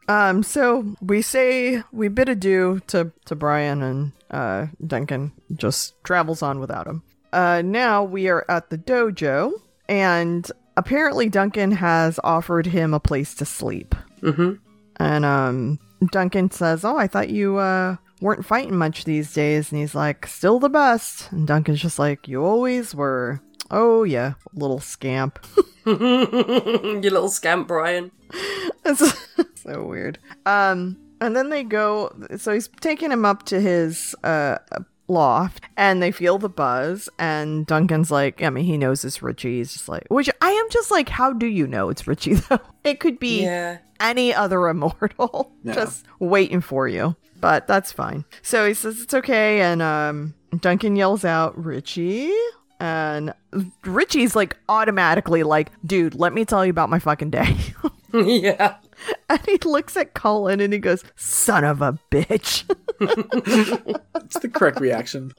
S3: Um, so we say we bid adieu to to Brian, and uh, Duncan just travels on without him. Uh, now we are at the dojo, and apparently Duncan has offered him a place to sleep. Mm-hmm. And um, Duncan says, "Oh, I thought you uh weren't fighting much these days," and he's like, "Still the best." And Duncan's just like, "You always were." Oh yeah, little scamp.
S2: you little scamp, Brian.
S3: That's so weird. Um, and then they go. So he's taking him up to his uh loft, and they feel the buzz. And Duncan's like, I mean, he knows it's Richie. He's just like, which I am just like, how do you know it's Richie though? It could be
S2: Yeah.
S3: any other immortal
S4: Yeah.
S3: just waiting for you. But that's fine. So he says it's okay, and um, Duncan yells out Richie, and Richie's like automatically like, dude, let me tell you about my fucking day.
S2: yeah.
S3: And he looks at Colin and he goes, son of a bitch.
S4: It's the correct reaction.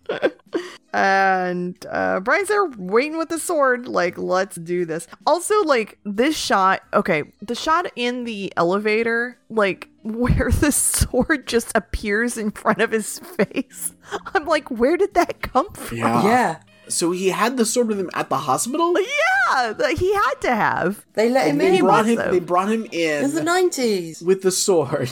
S3: and uh, Brian's there waiting with the sword, like, let's do this. Also, like, this shot, okay, the shot in the elevator, like, where the sword just appears in front of his face. I'm like, where did that come from?
S4: Yeah.
S2: yeah.
S4: So he had the sword with him at the hospital.
S3: Yeah, that he had to have.
S2: They let him
S4: They
S2: in.
S4: brought him.
S3: must have.
S4: They brought him
S2: It was the
S4: in
S2: 90s.
S4: with the sword.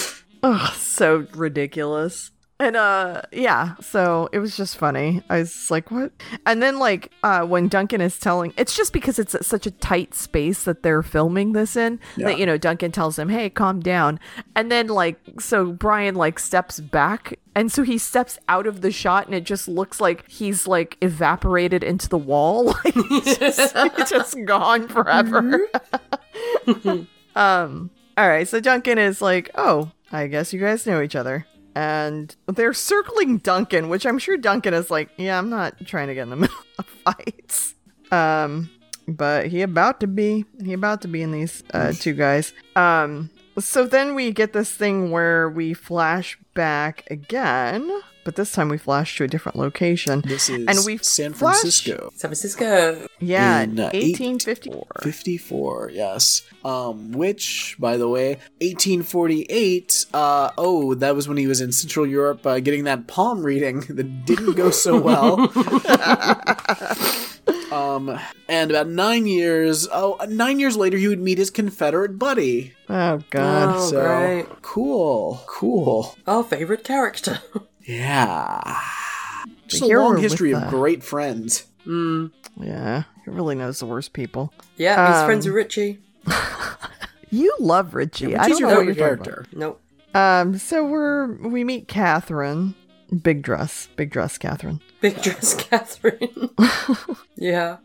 S3: Ugh, so ridiculous. And uh yeah, so it was just funny. I was just like, what? And then like uh when Duncan is telling it's just because it's such a tight space that they're filming this in
S4: Yeah.
S3: that you know Duncan tells him, "Hey, calm down." And then like so Brian like steps back and so he steps out of the shot and it just looks like he's like evaporated into the wall. Like he's just, he's just gone forever.
S4: Mm-hmm.
S3: Um. All right. So Duncan is like, oh, I guess you guys know each other, and they're circling Duncan, which I'm sure Duncan is like, yeah, I'm not trying to get in the middle of fights. Um. But he about to be. He about to be in these uh, two guys. Um. So then we get this thing where we flash back again, but this time we flash to a different location.
S4: This is
S3: And we
S4: San
S3: flash-
S4: Francisco.
S2: San Francisco.
S3: Yeah,
S4: In, uh, eight-
S3: 1854.
S4: 54 yes um which by the way 1848 uh oh that was when he was in central europe uh, getting that palm reading that didn't go so well um and about nine years oh nine years later he would meet his confederate buddy
S3: Oh God.
S2: Oh,
S4: so
S2: great.
S4: cool cool
S2: Our favourite character.
S4: yeah just a
S3: Here
S4: long
S3: we're
S4: history
S3: with
S4: of
S3: the-
S4: great friends
S2: Mm.
S3: Yeah. He really knows the worst people.
S2: Yeah, he's
S3: Um,
S2: friends with Richie.
S3: You love Richie. I
S4: he's
S3: don't
S4: your
S3: know what
S4: favorite
S3: you're character.
S4: character
S2: Nope.
S3: Um, so we're we meet Catherine, big dress, big dress, Catherine.
S2: Big dress Catherine. yeah.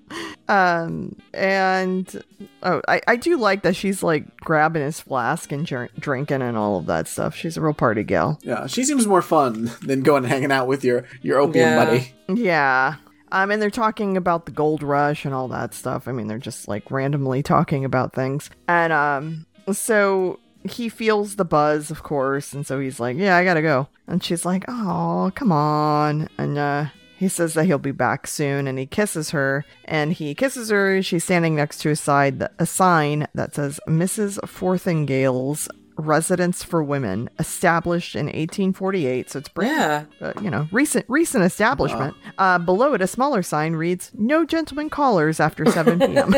S3: Um, and oh, I I do like that she's like grabbing his flask and jer- drinking and all of that stuff. She's a real party gal.
S4: yeah she seems more fun than going and hanging out with your your opium
S2: Yeah.
S4: buddy
S3: Yeah. Um, and they're talking about the gold rush and all that stuff. I mean, they're just like randomly talking about things. And um, so he feels the buzz, of course, and so he's like, "Yeah, I gotta go." And she's like, "Oh, come on." And uh, he says that he'll be back soon, and he kisses her. And he kisses her. She's standing next to a side, a sign that says "Mrs. Forthingale's residence for women established in 1848 so it's brand
S2: Yeah.
S3: uh, you know recent recent establishment uh, below it a smaller sign reads no gentlemen callers after 7 p.m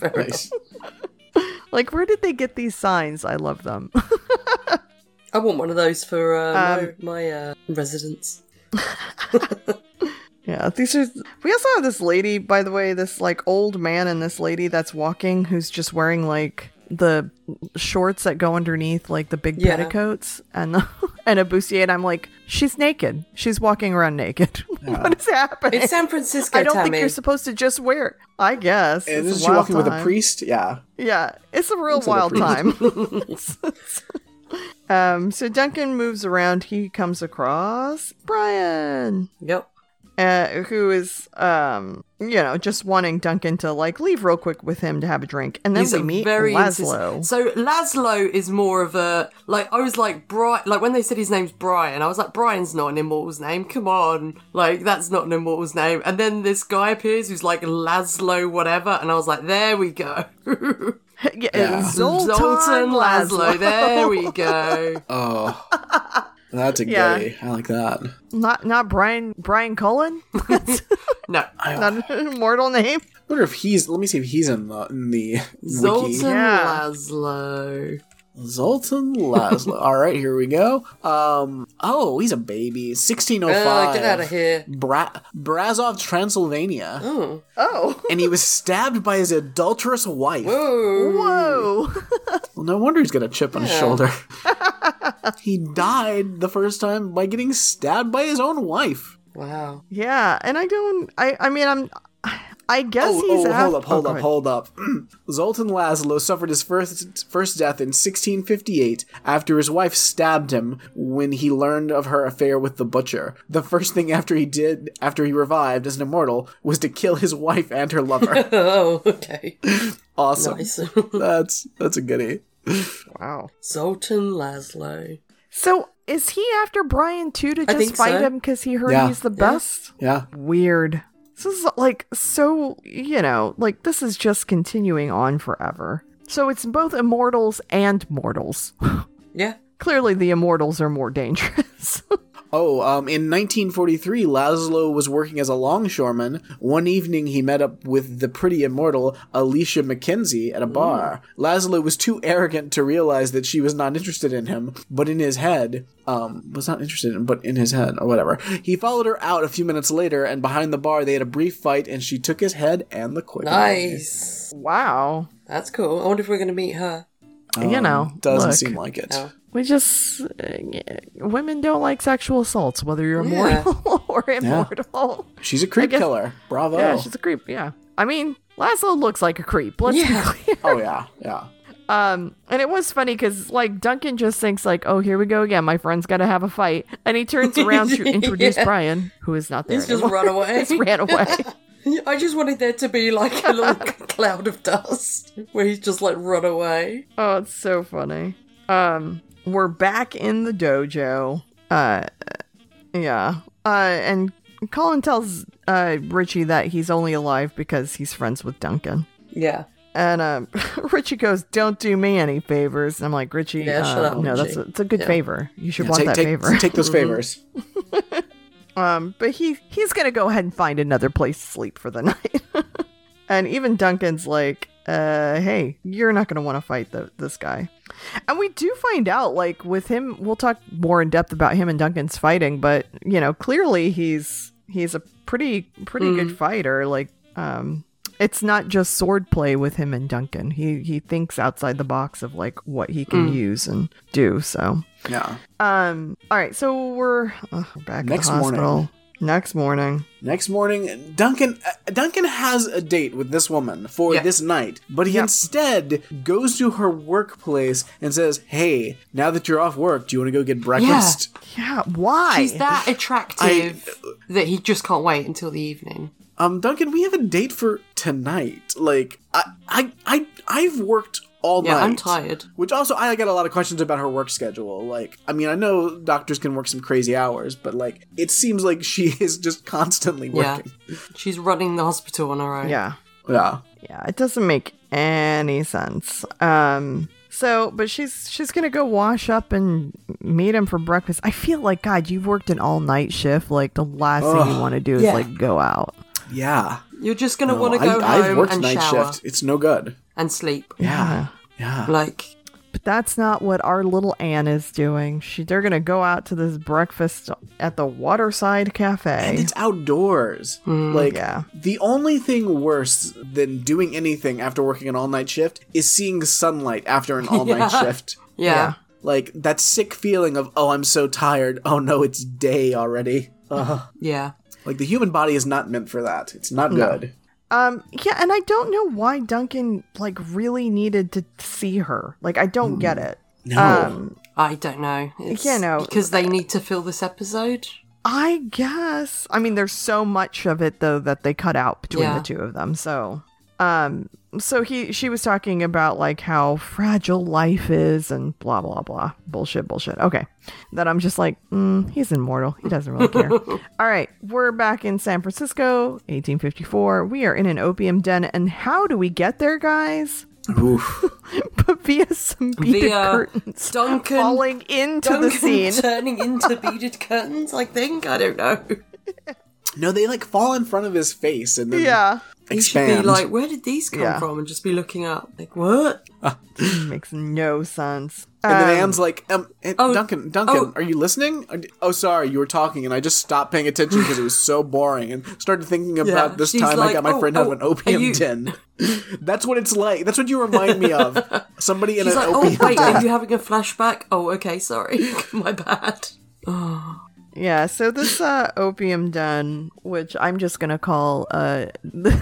S4: Nice.
S3: like where did they get these signs i love them
S2: I want one of those for uh,
S3: Um,
S2: my, my uh, residence.
S3: Yeah, these are. We also have this lady, by the way, this like old man and this lady that's walking who's just wearing like the shorts that go underneath like the big
S2: Yeah.
S3: petticoats and the, and a bustier. And I'm like, she's naked. She's walking around naked. what is happening?
S2: It's San Francisco,
S3: I don't think
S2: Tammy.
S3: you're supposed to just wear. I guess.
S4: And
S3: It's
S4: is
S3: a
S4: she
S3: wild
S4: walking with a
S3: time.
S4: priest? Yeah.
S3: Yeah, it's a real
S4: Looks like
S3: wild
S4: a
S3: time. um, so Duncan moves around. He comes across Brian
S2: Yep.
S3: uh, who is um you know just wanting Duncan to like leave real quick with him to have a drink, and then
S2: He's
S3: we
S2: a
S3: meet
S2: insist-
S3: Laszlo.
S2: so Laszlo is more of a like I was like Brian like when they said his name's Brian, I was like Brian's not an immortal's name. Come on, like that's not an immortal's name. And then this guy appears who's like Laszlo whatever, and I was like, there we go,
S3: yeah,
S4: Yeah.
S3: Zoltan,
S2: Laszlo. There we go.
S4: Oh. That's a
S3: Yeah.
S4: goodie. I like that.
S3: Not not Brian Brian Cullen. That's
S2: No,
S3: not an immortal name.
S4: wonder if he's. Let me see if he's in the in the wiki.
S2: Zoltan
S3: Yeah.
S2: Laszlo.
S4: Zoltan Laszlo. All right, here we go. Um. Oh, he's a baby. Sixteen oh
S2: Uh,
S4: five.
S2: get out of here.
S4: Bra- Brazov, Transylvania,
S2: Oh,
S3: Oh,
S4: and he was stabbed by his adulterous wife.
S2: whoa.
S3: whoa!
S4: Mm. Well, no wonder he's got a chip on his shoulder. he died the first time by getting stabbed by his own wife.
S2: Wow.
S3: yeah, and I don't. I I mean I'm. I guess
S4: Oh,
S3: he's
S4: oh,
S3: af-
S4: hold
S3: oh,
S4: up, hold
S3: go
S4: up,
S3: ahead.
S4: hold up. Zoltan Laszlo suffered his first first death in 1658 after his wife stabbed him when he learned of her affair with the butcher. The first thing after he did after he revived as an immortal was to kill his wife and her lover.
S2: Oh, okay.
S4: awesome.
S2: Nice.
S4: That's that's a goodie.
S3: Wow.
S2: Zoltan Laszlo.
S3: So is he after Brian too to just
S2: think
S3: fight
S2: so.
S3: him because he heard
S4: Yeah.
S3: he's the best?
S4: Yeah.
S3: weird. This is like so, you know, like this is just continuing on forever. So it's both immortals and mortals.
S2: Yeah.
S3: Clearly, the immortals are more dangerous.
S4: Oh, um, in 1943, Laszlo was working as a longshoreman. One evening, he met up with the pretty immortal Alicia Mackenzie at a bar. Laszlo was too arrogant to realize that she was not interested in him, but in his head, um, was not interested in, but in his head, or whatever. He followed her out a few minutes later, and behind the bar, they had a brief fight, and she took his head and the quick.
S2: Nice.
S3: wow.
S2: That's cool. I wonder if we're going to meet her.
S3: you know,
S4: Um, Doesn't
S3: look,
S4: seem like it.
S2: No.
S3: we just uh, yeah, women don't like sexual assaults, whether you're
S2: Yeah.
S3: mortal or immortal.
S4: She's a creep
S3: guess-
S4: killer. Bravo.
S3: Yeah, she's a creep. Yeah, I mean, Laszlo looks like a creep. Let's
S2: Yeah.
S3: be clear.
S4: oh, yeah, yeah.
S3: Um, and it was funny because like Duncan just thinks like, oh, here we go again. My friend's got to have a fight, and he turns around to introduce
S2: Yeah.
S3: Brian, who is not there.
S2: He's just
S3: anymore.
S2: run away.
S3: He's ran away.
S2: I just wanted there to be like a little cloud of dust where he's just like run away.
S3: oh, it's so funny. Um, we're back in the dojo. Uh, yeah. Uh, and Colin tells uh Richie that he's only alive because he's friends with Duncan.
S2: Yeah.
S3: And um, Richie goes, "Don't do me any favors." And I'm like, "Richie,
S2: Yeah,
S3: uh,
S2: shut up,
S3: no, that's
S2: Richie."
S3: a, it's a good
S2: Yeah.
S3: favor. You should
S4: Yeah,
S3: want
S4: take,
S3: that
S4: take,
S3: favor."
S4: take those favors.
S3: Um, but he he's gonna go ahead and find another place to sleep for the night. and even Duncan's like, uh, hey, you're not gonna want to fight the, this guy. And we do find out, like with him, we'll talk more in depth about him and Duncan's fighting. But you know, clearly he's he's a pretty pretty good fighter. Like, um, it's not just sword play with him and Duncan. He he thinks outside the box of like what he can use and do. So
S4: Yeah.
S3: um. All right. So we're, uh, we're back
S4: Next
S3: at the hospital
S4: morning.
S3: next morning.
S4: Next morning, Duncan uh, Duncan has a date with this woman for
S2: Yeah.
S4: this night, but he
S3: Yeah.
S4: instead goes to her workplace and says, "Hey, now that you're off work, do you want to go get breakfast?"
S3: Yeah. Why?
S2: He's that attractive that he just can't wait until the evening.
S4: Um, Duncan, we have a date for tonight. Like, I, I, I, I've worked all
S2: Yeah,
S4: night.
S2: I'm tired.
S4: Which also, I got a lot of questions about her work schedule. Like, I mean, I know doctors can work some crazy hours, but like, it seems like she is just constantly
S2: Yeah.
S4: working.
S2: She's running the hospital on her own.
S3: yeah.
S4: Yeah.
S3: Yeah. It doesn't make any sense. Um so but she's she's gonna go wash up and meet him for breakfast. I feel like God, you've worked an all night shift. Like the last thing you
S4: Ugh.
S3: want to do is
S2: Yeah.
S3: like go out.
S4: Yeah.
S2: You're just gonna
S4: No,
S2: want to go
S4: I,
S2: home
S4: I've worked
S2: and
S4: night
S2: shower
S4: shift. It's no good.
S2: and sleep.
S4: Yeah. Yeah.
S2: Like
S3: But that's not what our little Anne is doing. She they're gonna go out to this breakfast at the Waterside
S4: And
S3: Cafe.
S4: it's outdoors.
S2: Hmm,
S4: like
S3: yeah.
S4: the only thing worse than doing anything after working an all night shift is seeing sunlight after an all night
S2: Yeah.
S4: shift.
S2: yeah.
S4: Like that sick feeling of oh I'm so tired. Oh no, it's day already. Ugh.
S2: Yeah.
S4: Like the human body is not meant for that. It's not good.
S3: Um, yeah, and I don't know why Duncan like really needed to see her. Like I don't get it.
S4: No.
S3: Um,
S2: I don't know. It's
S3: You know,
S2: because they need to fill this episode.
S3: I guess. I mean, there's so much of it though that they cut out between
S2: Yeah.
S3: the two of them. So, um, so he she was talking about like how fragile life is and blah blah blah bullshit bullshit. Okay, that I'm just like, mm, he's immortal. He doesn't really care. All right, we're back in San Francisco, 1854. We are in an opium den, and how do we get there, guys?
S4: Oof.
S3: But via some beaded
S2: Via
S3: curtains
S2: Duncan-
S3: falling into the scene.
S2: turning into beaded curtains. I think I don't know.
S4: No, they like fall in front of his face and then
S3: yeah,
S2: You should
S4: expand.
S2: be like, where did these come
S3: Yeah.
S2: from? And just be looking up, like, what?
S3: makes no sense.
S4: and then
S3: Um,
S4: Anne's like, um, eh,
S2: oh,
S4: Duncan, Duncan,
S2: oh.
S4: are you listening? Are- Oh, sorry, you were talking, and I just stopped paying attention because it was so boring, and started thinking about
S2: Yeah,
S4: this
S2: she's
S4: time I
S2: like,
S4: got my
S2: "Oh,
S4: friend out of
S2: oh,
S4: an
S2: are
S4: opium
S2: you-"
S4: den. That's what it's like. That's what you remind me of. Somebody in
S2: She's
S4: an
S2: like, oh
S4: opium
S2: wait,
S4: den.
S2: are you having a flashback? Oh, okay, sorry, my bad.
S3: Yeah, so this uh, opium den, which I'm just gonna call uh,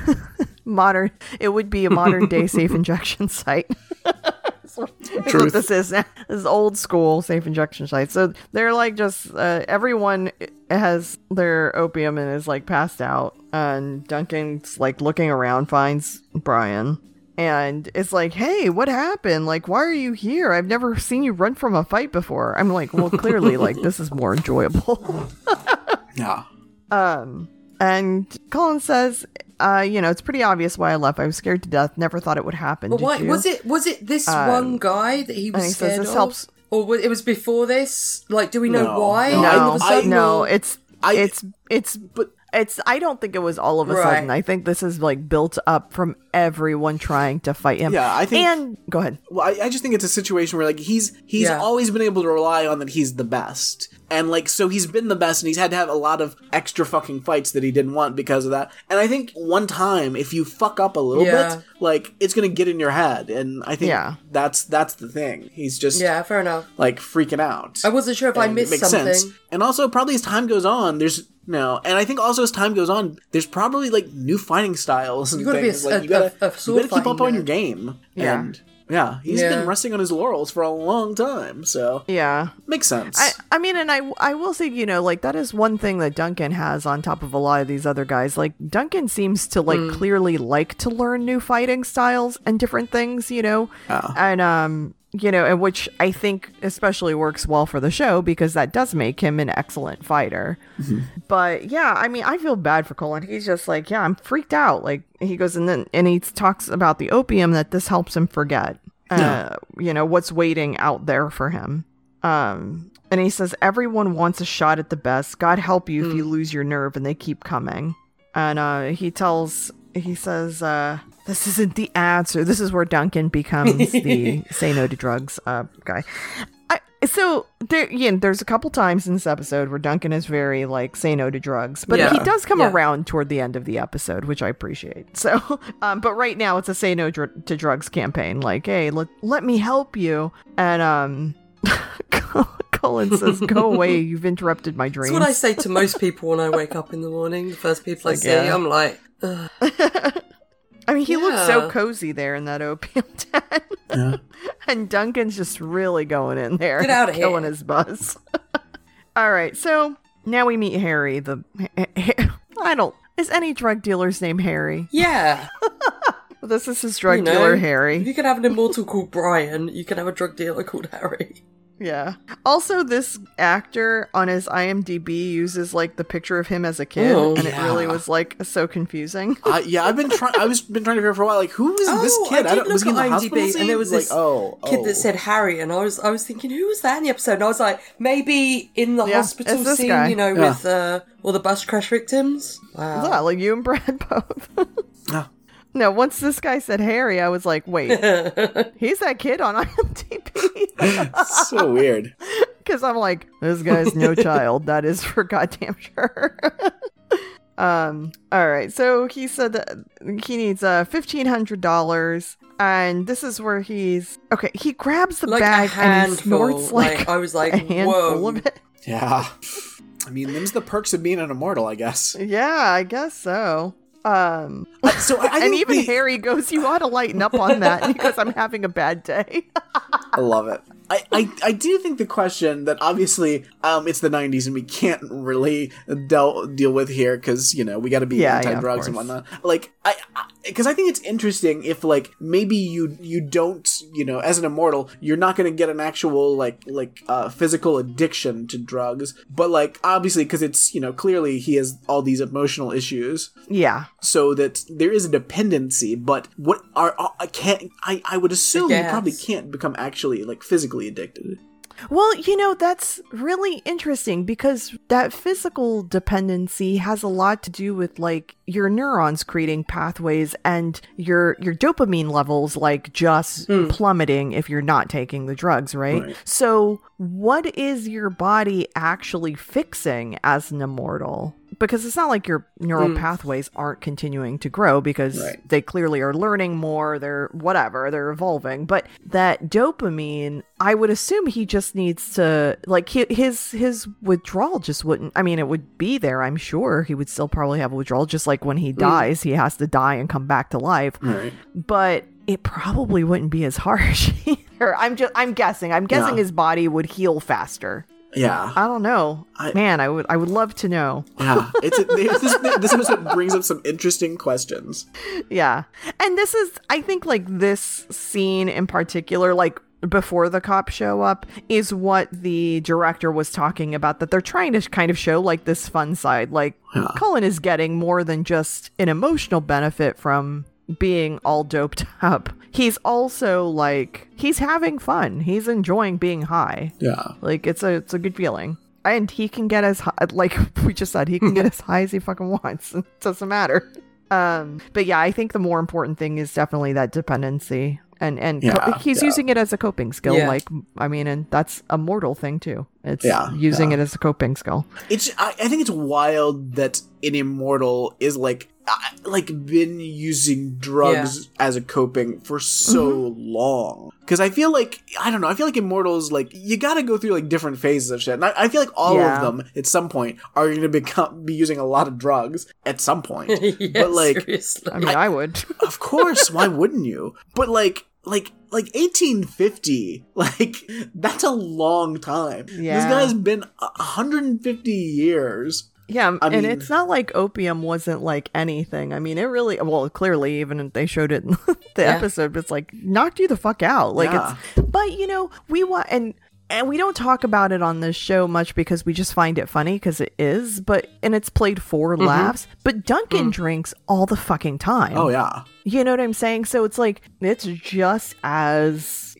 S3: modern, it would be a modern day safe injection site. That's what- that's
S4: Truth.
S3: what this is now. This is old school safe injection site. So they're like just uh, everyone has their opium and is like passed out, and Duncan's like looking around, finds Brian. And it's like, hey, what happened? Like, why are you here? I've never seen you run from a fight before. I'm like, well, clearly, like, this is more enjoyable.
S4: Yeah.
S3: Um, and Colin says, uh, you know, it's pretty obvious why I left. I was scared to death. Never thought it would happen.
S2: But
S3: did
S2: why
S3: you? Uh,
S2: was it? Was it this one guy that he
S3: and
S2: was
S3: he says
S2: scared
S3: this
S2: of?
S3: helps-
S2: Or was, it was before this? Like, do we know
S4: No,
S2: why?
S4: no,
S2: All
S3: No,
S2: of a
S4: I-
S2: sudden,
S3: no,
S2: or-
S3: it's
S4: I-
S3: it's it's but it's. I don't think it was all of a
S2: Right.
S3: sudden. I think this is like built up from everyone trying to fight him.
S4: Yeah, I think-
S3: And go ahead.
S4: Well, I, I just think it's a situation where like he's he's
S2: Yeah.
S4: always been able to rely on that he's the best, and like so he's been the best, and he's had to have a lot of extra fucking fights that he didn't want because of that. And I think one time if you fuck up a little
S2: Yeah.
S4: bit, like it's gonna get in your head, and I think
S3: Yeah.
S4: that's that's the thing. He's just
S2: yeah, fair enough.
S4: like freaking out.
S2: I wasn't sure if I
S4: And
S2: missed
S4: it makes
S2: something.
S4: And also, probably as time goes on, there's no, and I think also as time goes on, there's probably like new fighting styles and
S2: You gotta be a s-
S4: things. like
S2: a-
S4: you gotta,
S2: a- a
S4: you
S2: sword
S4: gotta keep up
S2: fighting
S4: on
S2: nerd.
S4: your game.
S3: Yeah.
S4: And yeah, he's
S2: Yeah.
S4: been resting on his laurels for a long time, so
S3: Yeah.
S4: makes sense.
S3: I, I mean, and I, I will say, you know, like that is one thing that Duncan has on top of a lot of these other guys. Like Duncan seems to like clearly like to learn new fighting styles and different things, you know, and um, you know, and which I think especially works well for the show because that does make him an excellent fighter. But yeah, I mean, I feel bad for Colin. He's just like, yeah, I'm freaked out. Like he goes and then and he talks about the opium that this helps him forget, uh, you know, what's waiting out there for him. Um, and he says, everyone wants a shot at the best. God help you
S2: Mm.
S3: if you lose your nerve and they keep coming. And uh, he tells, he says, uh, this isn't the answer. This is where Duncan becomes the say no to drugs uh, guy. I, so there, yeah, there's a couple times in this episode where Duncan is very like say no to drugs, but he
S2: Yeah.
S3: does come
S2: Yeah.
S3: around toward the end of the episode, which I appreciate. So, um, but right now it's a say no dr- to drugs campaign. Like, hey, let let me help you, and um, Colin says, "Go away! You've interrupted my
S2: That's
S3: dreams."
S2: what I say to most people when I wake up in the morning. The first people I
S3: Like,
S2: see,
S3: yeah.
S2: I'm like,
S3: I mean, he looks so
S2: Yeah.
S3: cozy there in that opium tent. and Duncan's just really going in there.
S2: Get outta
S3: killing
S2: here.
S3: his buzz. All right, so now we meet Harry. The I don't is any drug dealer's name Harry.
S2: yeah.
S3: This is his drug
S2: you know,
S3: dealer
S2: If you
S3: Harry.
S2: can have an immortal called Brian, you can have a drug dealer called Harry.
S3: Yeah. Also, this actor on his IMDb uses like the picture of him as a kid,
S2: Oh.
S3: and
S4: Yeah.
S3: it really was like so confusing.
S4: Uh, yeah, I've been trying. I was been trying to figure for a while. Like, who is this
S2: Oh, I
S4: kid?
S2: did
S4: don't- was
S2: look
S4: he in the
S2: at
S4: hospital
S2: IMDb,
S4: scene?
S2: and there was
S4: like,
S2: this
S4: oh,
S2: kid
S4: oh.
S2: that said Harry, and I was I was thinking, who was that in the episode? And I was like, maybe in the
S3: Yeah,
S2: hospital
S3: it's this
S2: scene,
S3: guy.
S2: you know,
S4: Yeah.
S2: with uh, all the bus crash victims. Wow.
S3: yeah, like you and Brad both.
S4: Ah.
S3: no, once this guy said Harry, I was like, wait, he's that kid on IMDb.
S4: so weird.
S3: Because I'm like, this guy's no child. That is for goddamn sure. um. All right. So he said that he needs uh fifteen hundred dollars, and this is where he's okay. He grabs the
S2: Like a
S3: bag and he
S2: handful,
S3: snorts like,
S2: like, I was like,
S3: a handful
S2: whoa.
S3: of it.
S4: Yeah. I mean, them's the perks of being an immortal, I guess.
S3: Yeah, I guess so. Um,
S4: So I, I
S3: and
S4: think
S3: even
S4: the-
S3: Harry goes, "You ought to lighten up on that because I'm having a bad day."
S4: I love it. I, I, I do think the question that obviously um, it's the 90s and we can't really deal, deal with here because, you know, we got to be
S3: Yeah, yeah, of
S4: anti-drugs and
S3: course.
S4: whatnot. Like, I, because I, think it's interesting if, like, maybe you you don't, you know, as an immortal, you're not going to get an actual, like, like uh, physical addiction to drugs. But, like, obviously, because it's, you know, clearly he has all these emotional issues
S3: yeah,
S4: so that there is a dependency but what are i can't i i would assume you
S2: guess.
S4: probably can't become actually like physically addicted
S3: Well, you know, that's really interesting because that physical dependency has a lot to do with like your neurons creating pathways and your your dopamine levels like just plummeting if you're not taking the drugs, Hmm. right?
S4: Right.
S3: So, what is your body actually fixing as an immortal? Because it's not like your neural pathways aren't continuing to grow because
S4: Right.
S3: they clearly are learning more they're whatever they're evolving but that dopamine i would assume he just needs to like hi- his his withdrawal just wouldn't i mean it would be there i'm sure he would still probably have a withdrawal just like when he
S4: Hmm.
S3: dies he has to die and come back to life
S4: right
S3: but it probably wouldn't be as harsh either i'm just i'm guessing i'm guessing
S4: Yeah.
S3: his body would heal faster
S4: yeah
S3: i don't know
S4: I-
S3: man i would i would love to know
S4: yeah it's there's this, this episode brings up some interesting questions
S3: Yeah. And this is, I think, like this scene in particular, like before the cops show up, is what the director was talking about. That they're trying to kind of show like this fun side. Like,
S4: Yeah.
S3: Cullen is getting more than just an emotional benefit from being all doped up. He's also like, he's having fun, he's enjoying being high.
S4: yeah
S3: Like it's a it's a good feeling. And he can get as high, like we just said, he can get as high as he fucking wants. It doesn't matter. Um, but yeah, I think the more important thing is definitely that dependency, and and co-
S4: Yeah,
S3: he's
S4: yeah.
S3: using it as a coping skill.
S2: Yeah.
S3: Like I mean, and that's a mortal thing too. It's
S4: Yeah,
S3: using
S4: yeah.
S3: it as a coping skill.
S4: It's I, I think it's wild that an immortal is like I- like been using drugs as a coping for so
S3: Mm-hmm.
S4: long because I feel like I don't know I feel like immortals like you got to go through like different phases of shit and I, I feel like all
S3: Yeah.
S4: of them at some point are going to become be using a lot of drugs at some point
S2: yeah,
S4: but like
S2: seriously.
S3: I mean, I, would.
S4: of course why wouldn't you but like like like 1850 like that's a long time this
S3: Yeah.
S4: guy's been a- 150 years
S3: Yeah,
S4: I
S3: and
S4: mean-
S3: it's not like opium wasn't like anything. I mean, it really well, clearly, even if they showed it in the episode, but it's like knocked you the fuck out. Like it's, but you know, we want and and we don't talk about it on this show much because we just find it funny because it is, but and it's played for laughs. But Duncan drinks all the fucking time.
S4: Mm-hmm. Mm. oh yeah
S3: You know what I'm saying? So it's like it's just as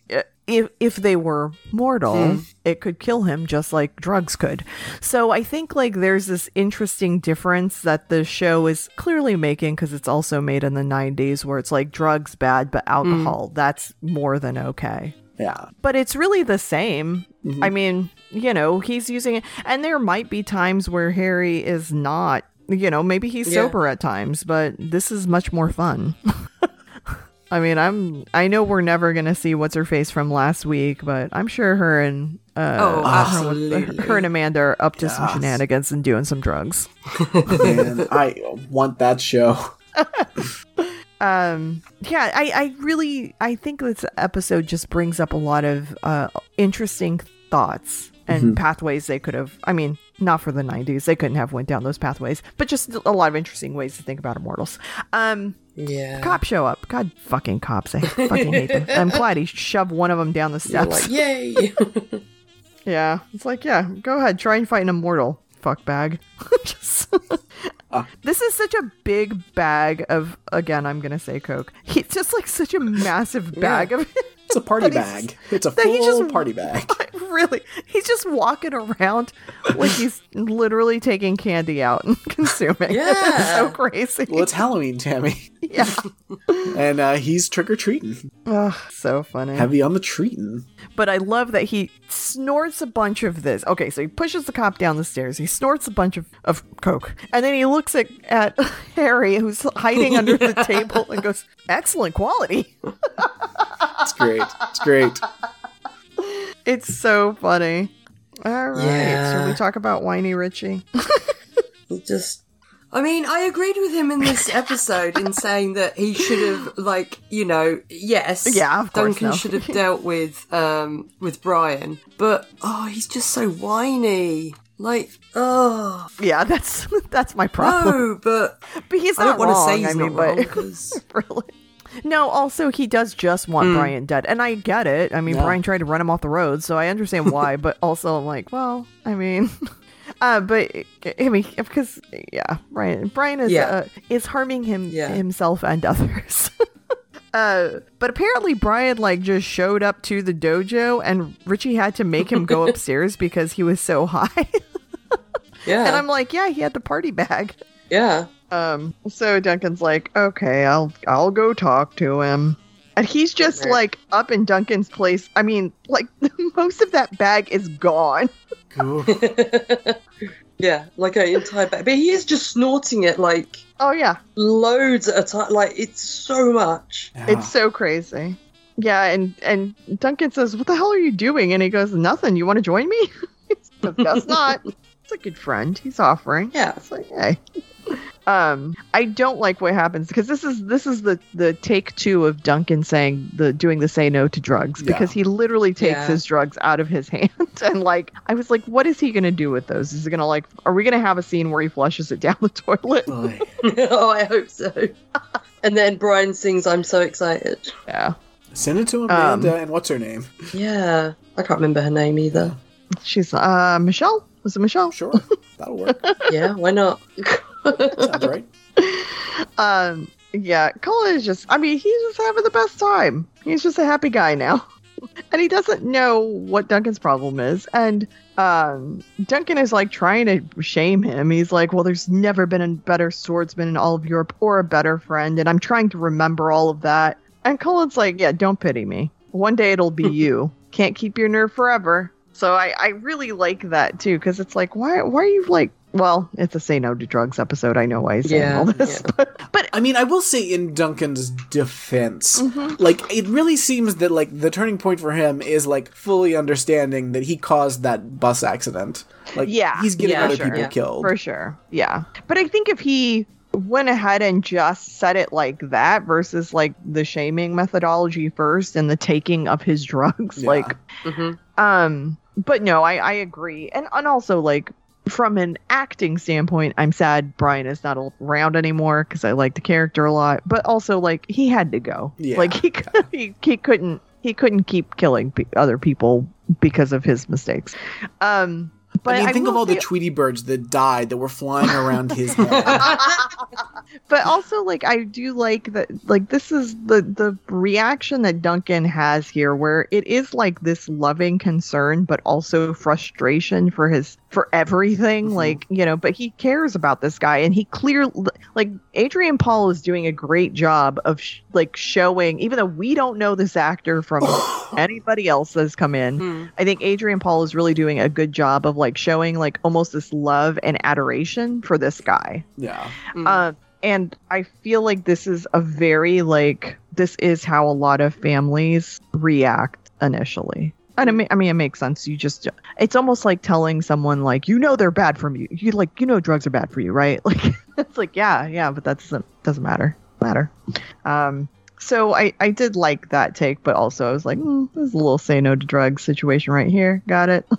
S3: if if they were mortal, it could kill him just like drugs could. So I think like there's this interesting difference that the show is clearly making because it's also made in the 90s where it's like drugs bad but alcohol that's more than okay
S4: Yeah.
S3: but it's really the same. I mean, you know, he's using it, and there might be times where Harry is not. You know, maybe he's
S2: Yeah.
S3: sober at times, but this is much more fun. I mean, I'm. I know we're never gonna see what's her face from last week, but I'm sure her and uh,
S2: oh,
S3: her-
S2: absolutely.
S3: her and Amanda are up to some
S4: Yes.
S3: shenanigans and doing some drugs.
S4: Man, I want that show.
S3: um yeah i i really i think this episode just brings up a lot of uh interesting thoughts and
S2: Mm-hmm.
S3: pathways they could have i mean not for the 90s they couldn't have went down those pathways but just a lot of interesting ways to think about immortals um
S2: yeah.
S3: cops show up god fucking cops i fucking hate them i'm glad he shoved one of them down the
S2: You're
S3: steps
S2: like, yay.
S3: Yeah. It's like, yeah, go ahead, try and fight an immortal. Fuck bag. Just- This is such a big bag of again. I'm gonna say coke. He's just like such a massive bag of.
S4: It's a party
S3: That he's-
S4: bag. It's a
S3: that he
S4: full
S3: just-
S4: party bag.
S3: really, he's just walking around like he's literally taking candy out and consuming. it. it's
S2: Yeah.
S3: so crazy.
S4: Well, it's Halloween, Tammy,
S3: yeah,
S4: and uh, he's trick or treating,
S3: Ugh, so funny.
S4: heavy on the treating.
S3: but I love that he snorts a bunch of this. Okay, so he pushes the cop down the stairs. He snorts a bunch of, of coke. And then he looks at, at Harry, who's hiding under the table, and goes, Excellent quality.
S4: It's great. It's great.
S3: It's so funny. All right. Should
S2: Yeah.
S3: we talk about Whiny Richie?
S2: It just I mean, I agreed with him in this episode in saying that he should have like, you know, yes.
S3: Yeah, of course,
S2: Duncan
S3: no.
S2: should have dealt with um with Brian. But oh, he's just so whiny. Like, oh
S3: yeah, that's that's my problem.
S2: no, but
S3: but he's
S2: I
S3: not
S2: don't want to
S3: wrong.
S2: say he's
S3: I mean,
S2: not wrong
S3: but
S2: 'cause-
S3: really. No, also he does just want
S2: Hmm.
S3: Brian dead, and I get it. I mean,
S4: Yeah.
S3: Brian tried to run him off the road, so I understand why. but also, I'm like, well, I mean, uh, but I mean, because yeah, Brian, Brian is
S2: Yeah.
S3: uh, is harming him
S2: Yeah.
S3: himself and others. Uh, but apparently Brian like just showed up to the dojo and Richie had to make him go upstairs because he was so high.
S2: yeah,
S3: and I'm like, yeah, he had the party bag.
S2: yeah.
S3: Um, so Duncan's like, okay, I'll I'll go talk to him. And he's just
S2: Right.
S3: like up in Duncan's place. I mean, like most of that bag is gone.
S2: yeah, like an entire bag. But he is just snorting it like
S3: Oh yeah.
S2: loads at a time. Like it's so much.
S4: Ah.
S3: It's so crazy. Yeah, and and Duncan says, "What the hell are you doing?" And he goes, "Nothing. You want to join me?" He's like, Guess not. It's a good friend. He's offering.
S2: Yeah.
S3: It's like, hey. Um, I don't like what happens because this is this is the the take two of Duncan saying the doing the say no to drugs
S4: Yeah.
S3: because he literally takes
S2: Yeah.
S3: his drugs out of his hand and like I was like, what is he gonna do with those? Is he gonna like are we gonna have a scene where he flushes it down the toilet?
S4: Oy.
S2: oh, I hope so. And then Brian sings "I'm so excited."
S3: Yeah,
S4: Send it to Amanda
S3: Um.
S4: and what's her name?
S2: Yeah, I can't remember her name either.
S3: she's uh Michelle. Was it Michelle?
S4: Sure, that'll work.
S2: Yeah, why not?
S4: Sounds right.
S3: Um, yeah, Colin is just, I mean, he's just having the best time. He's just a happy guy now. And he doesn't know what Duncan's problem is. And um, Duncan is like trying to shame him. He's like, Well, there's never been a better swordsman in all of Europe or a better friend. And I'm trying to remember all of that. And Colin's like, Yeah, don't pity me. One day it'll be you. Can't keep your nerve forever. So I, I really like that too because it's like, why, why are you like, well, it's a say no to drugs episode. I know why he's saying
S2: Yeah,
S3: all this, but, but
S4: I mean, I will say in Duncan's defense,
S3: Mm.
S4: like it really seems that like the turning point for him is like fully understanding that he caused that bus accident. Like,
S3: Yeah,
S4: he's getting
S2: yeah,
S4: other
S3: sure,
S4: people
S2: yeah.
S4: killed.
S3: For sure. Yeah. But I think if he went ahead and just said it like that versus like the shaming methodology first and the taking of his drugs,
S4: Yeah.
S3: like
S2: hmm
S3: um but no, I, I agree. And and also like from an acting standpoint, I'm sad Brian is not around anymore because I like the character a lot. But also like he had to go.
S4: Yeah.
S3: Like he, could, he he couldn't he couldn't keep killing pe- other people because of his mistakes. Um but
S4: I mean, think of
S3: will
S4: all the
S3: say-
S4: Tweety birds that died that were flying around his head.
S3: but also like i do like that like this is the the reaction that duncan has here where it is like this loving concern but also frustration for his for everything
S4: Mhm.
S3: like you know but he cares about this guy and he clear like adrian paul is doing a great job of sh- like showing even though we don't know this actor from anybody else that's come
S2: Mm-hmm.
S3: in
S2: Mm,
S3: I think Adrian Paul is really doing a good job of like showing like almost this love and adoration for this guy.
S4: yeah,
S2: Mm.
S3: Um, and I feel like this is a very like this is how a lot of families react initially. And I mean, I mean, it makes sense. You just, it's almost like telling someone like, you know, they're bad for you. You like, you know, drugs are bad for you, right? Like, it's like, yeah, yeah, but that doesn't doesn't matter. Matter. Um, so I I did like that take, but also I was like, mm, this is a little say no to drugs situation right here. Got it.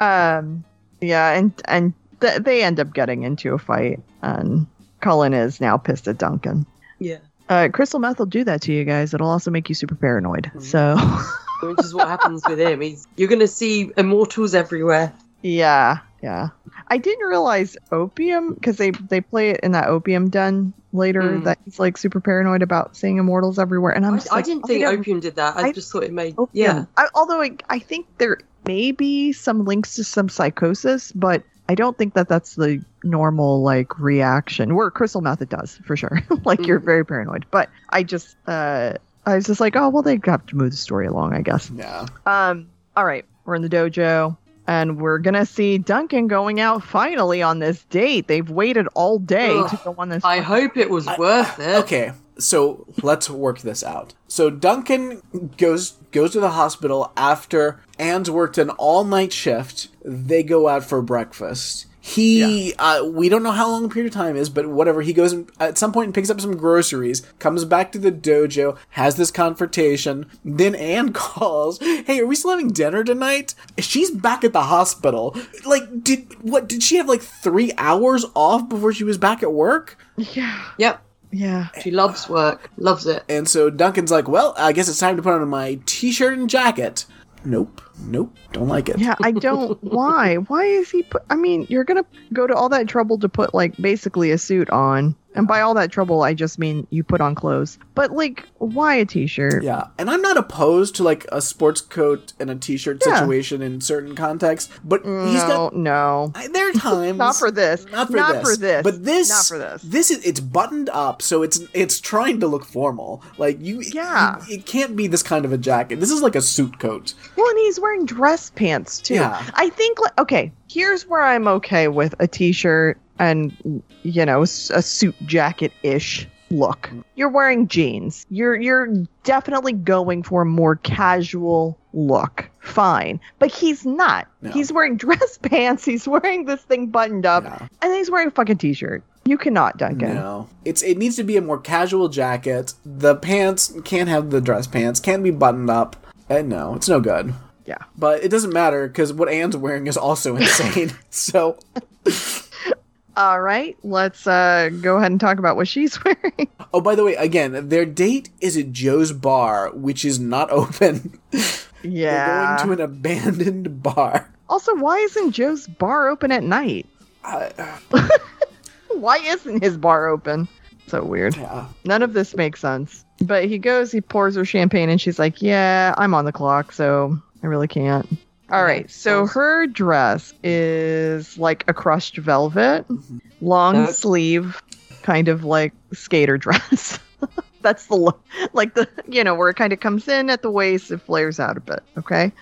S3: um, yeah, and and th- they end up getting into a fight, and Cullen is now pissed at Duncan.
S2: yeah. Mm-hmm.
S3: Uh, crystal meth will do that to you guys. It'll also make you super paranoid. So
S2: which is what happens with him. He's, you're going to see immortals everywhere.
S3: Yeah, yeah. I didn't realize opium because they they play it in that opium den later.
S2: Mm.
S3: That he's like super paranoid about seeing immortals everywhere, and I'm
S2: I,
S3: just
S2: I
S3: like,
S2: didn't
S3: oh,
S2: think
S3: yeah,
S2: opium did that. I,
S3: I-
S2: just thought it made.
S3: opium.
S2: Yeah.
S3: Oh, I, although I, I think there may be some links to some psychosis, but I don't think that that's the normal like reaction. Where crystal meth it does for sure. like you're
S2: Mm.
S3: very paranoid, but I just uh I was just like, oh well, they have to move the story along, I guess.
S4: Yeah.
S3: Um, all right, we're in the dojo, and we're gonna see Duncan going out finally on this date. They've waited all day
S2: Ugh,
S3: to go on this.
S2: I hope it was
S4: I-
S2: worth it.
S4: Okay, so let's work this out. So Duncan goes goes to the hospital after Anne's worked an all night shift. They go out for breakfast. He, uh, we don't know how long the period of time is, but whatever. He goes and, at some point and picks up some groceries, comes back to the dojo, has this confrontation. Then Anne calls, "Hey, are we still having dinner tonight?" She's back at the hospital. Like, did what? Did she have like three hours off before she was back at work?
S3: yeah,
S2: Yep.
S3: yeah.
S2: She loves work. Loves it.
S4: And so Duncan's like, well, I guess it's time to put on my t shirt and jacket. Nope. Nope. Don't like it.
S3: Yeah, I don't. Why? Why is he? Put, I mean, you're gonna go to all that trouble to put like basically a suit on, and by all that trouble, I just mean you put on clothes. But like, why a t-shirt?
S4: Yeah. And I'm not opposed to like a sports coat and a t shirt
S3: Yeah.
S4: situation in certain contexts, but
S3: No,
S4: he's got.
S3: no,
S4: I- There are times.
S3: not for this.
S4: Not for this. But this,
S3: Not for this.
S4: This is it's buttoned up, so it's it's trying to look formal. Like you,
S3: Yeah.
S4: you- it can't be this kind of a jacket. This is like a suit coat.
S3: Well, and he's wearing dress pants too.
S4: Yeah.
S3: I think like okay, here's where I'm okay with a t-shirt and you know s- a suit jacket ish look. You're wearing jeans. You're you're definitely going for a more casual look. Fine, but he's not.
S4: No.
S3: He's wearing dress pants. He's wearing this thing buttoned up,
S4: Yeah.
S3: and he's wearing a fucking t-shirt. You cannot, Duncan.
S4: No, it's it needs to be a more casual jacket. The pants can't have the dress pants. Can't be buttoned up. And no, it's no good.
S3: Yeah.
S4: But it doesn't matter because what Anne's wearing is also insane. so
S3: All right, let's uh, go ahead and talk about what she's wearing.
S4: oh, by the way, again, their date is at Joe's bar, which is not open.
S3: yeah.
S4: They're going to an abandoned bar.
S3: Also, why isn't Joe's bar open at night?
S4: I- uh,
S3: Why isn't his bar open? So weird.
S4: yeah.
S3: None of this makes sense. But he goes, he pours her champagne, and she's like, Yeah, I'm on the clock, so I really can't. All right, so her dress is like a crushed velvet, long
S2: That-
S3: sleeve, kind of like skater dress. That's the look, like the, you know, where it kind of comes in at the waist, it flares out a bit. Okay.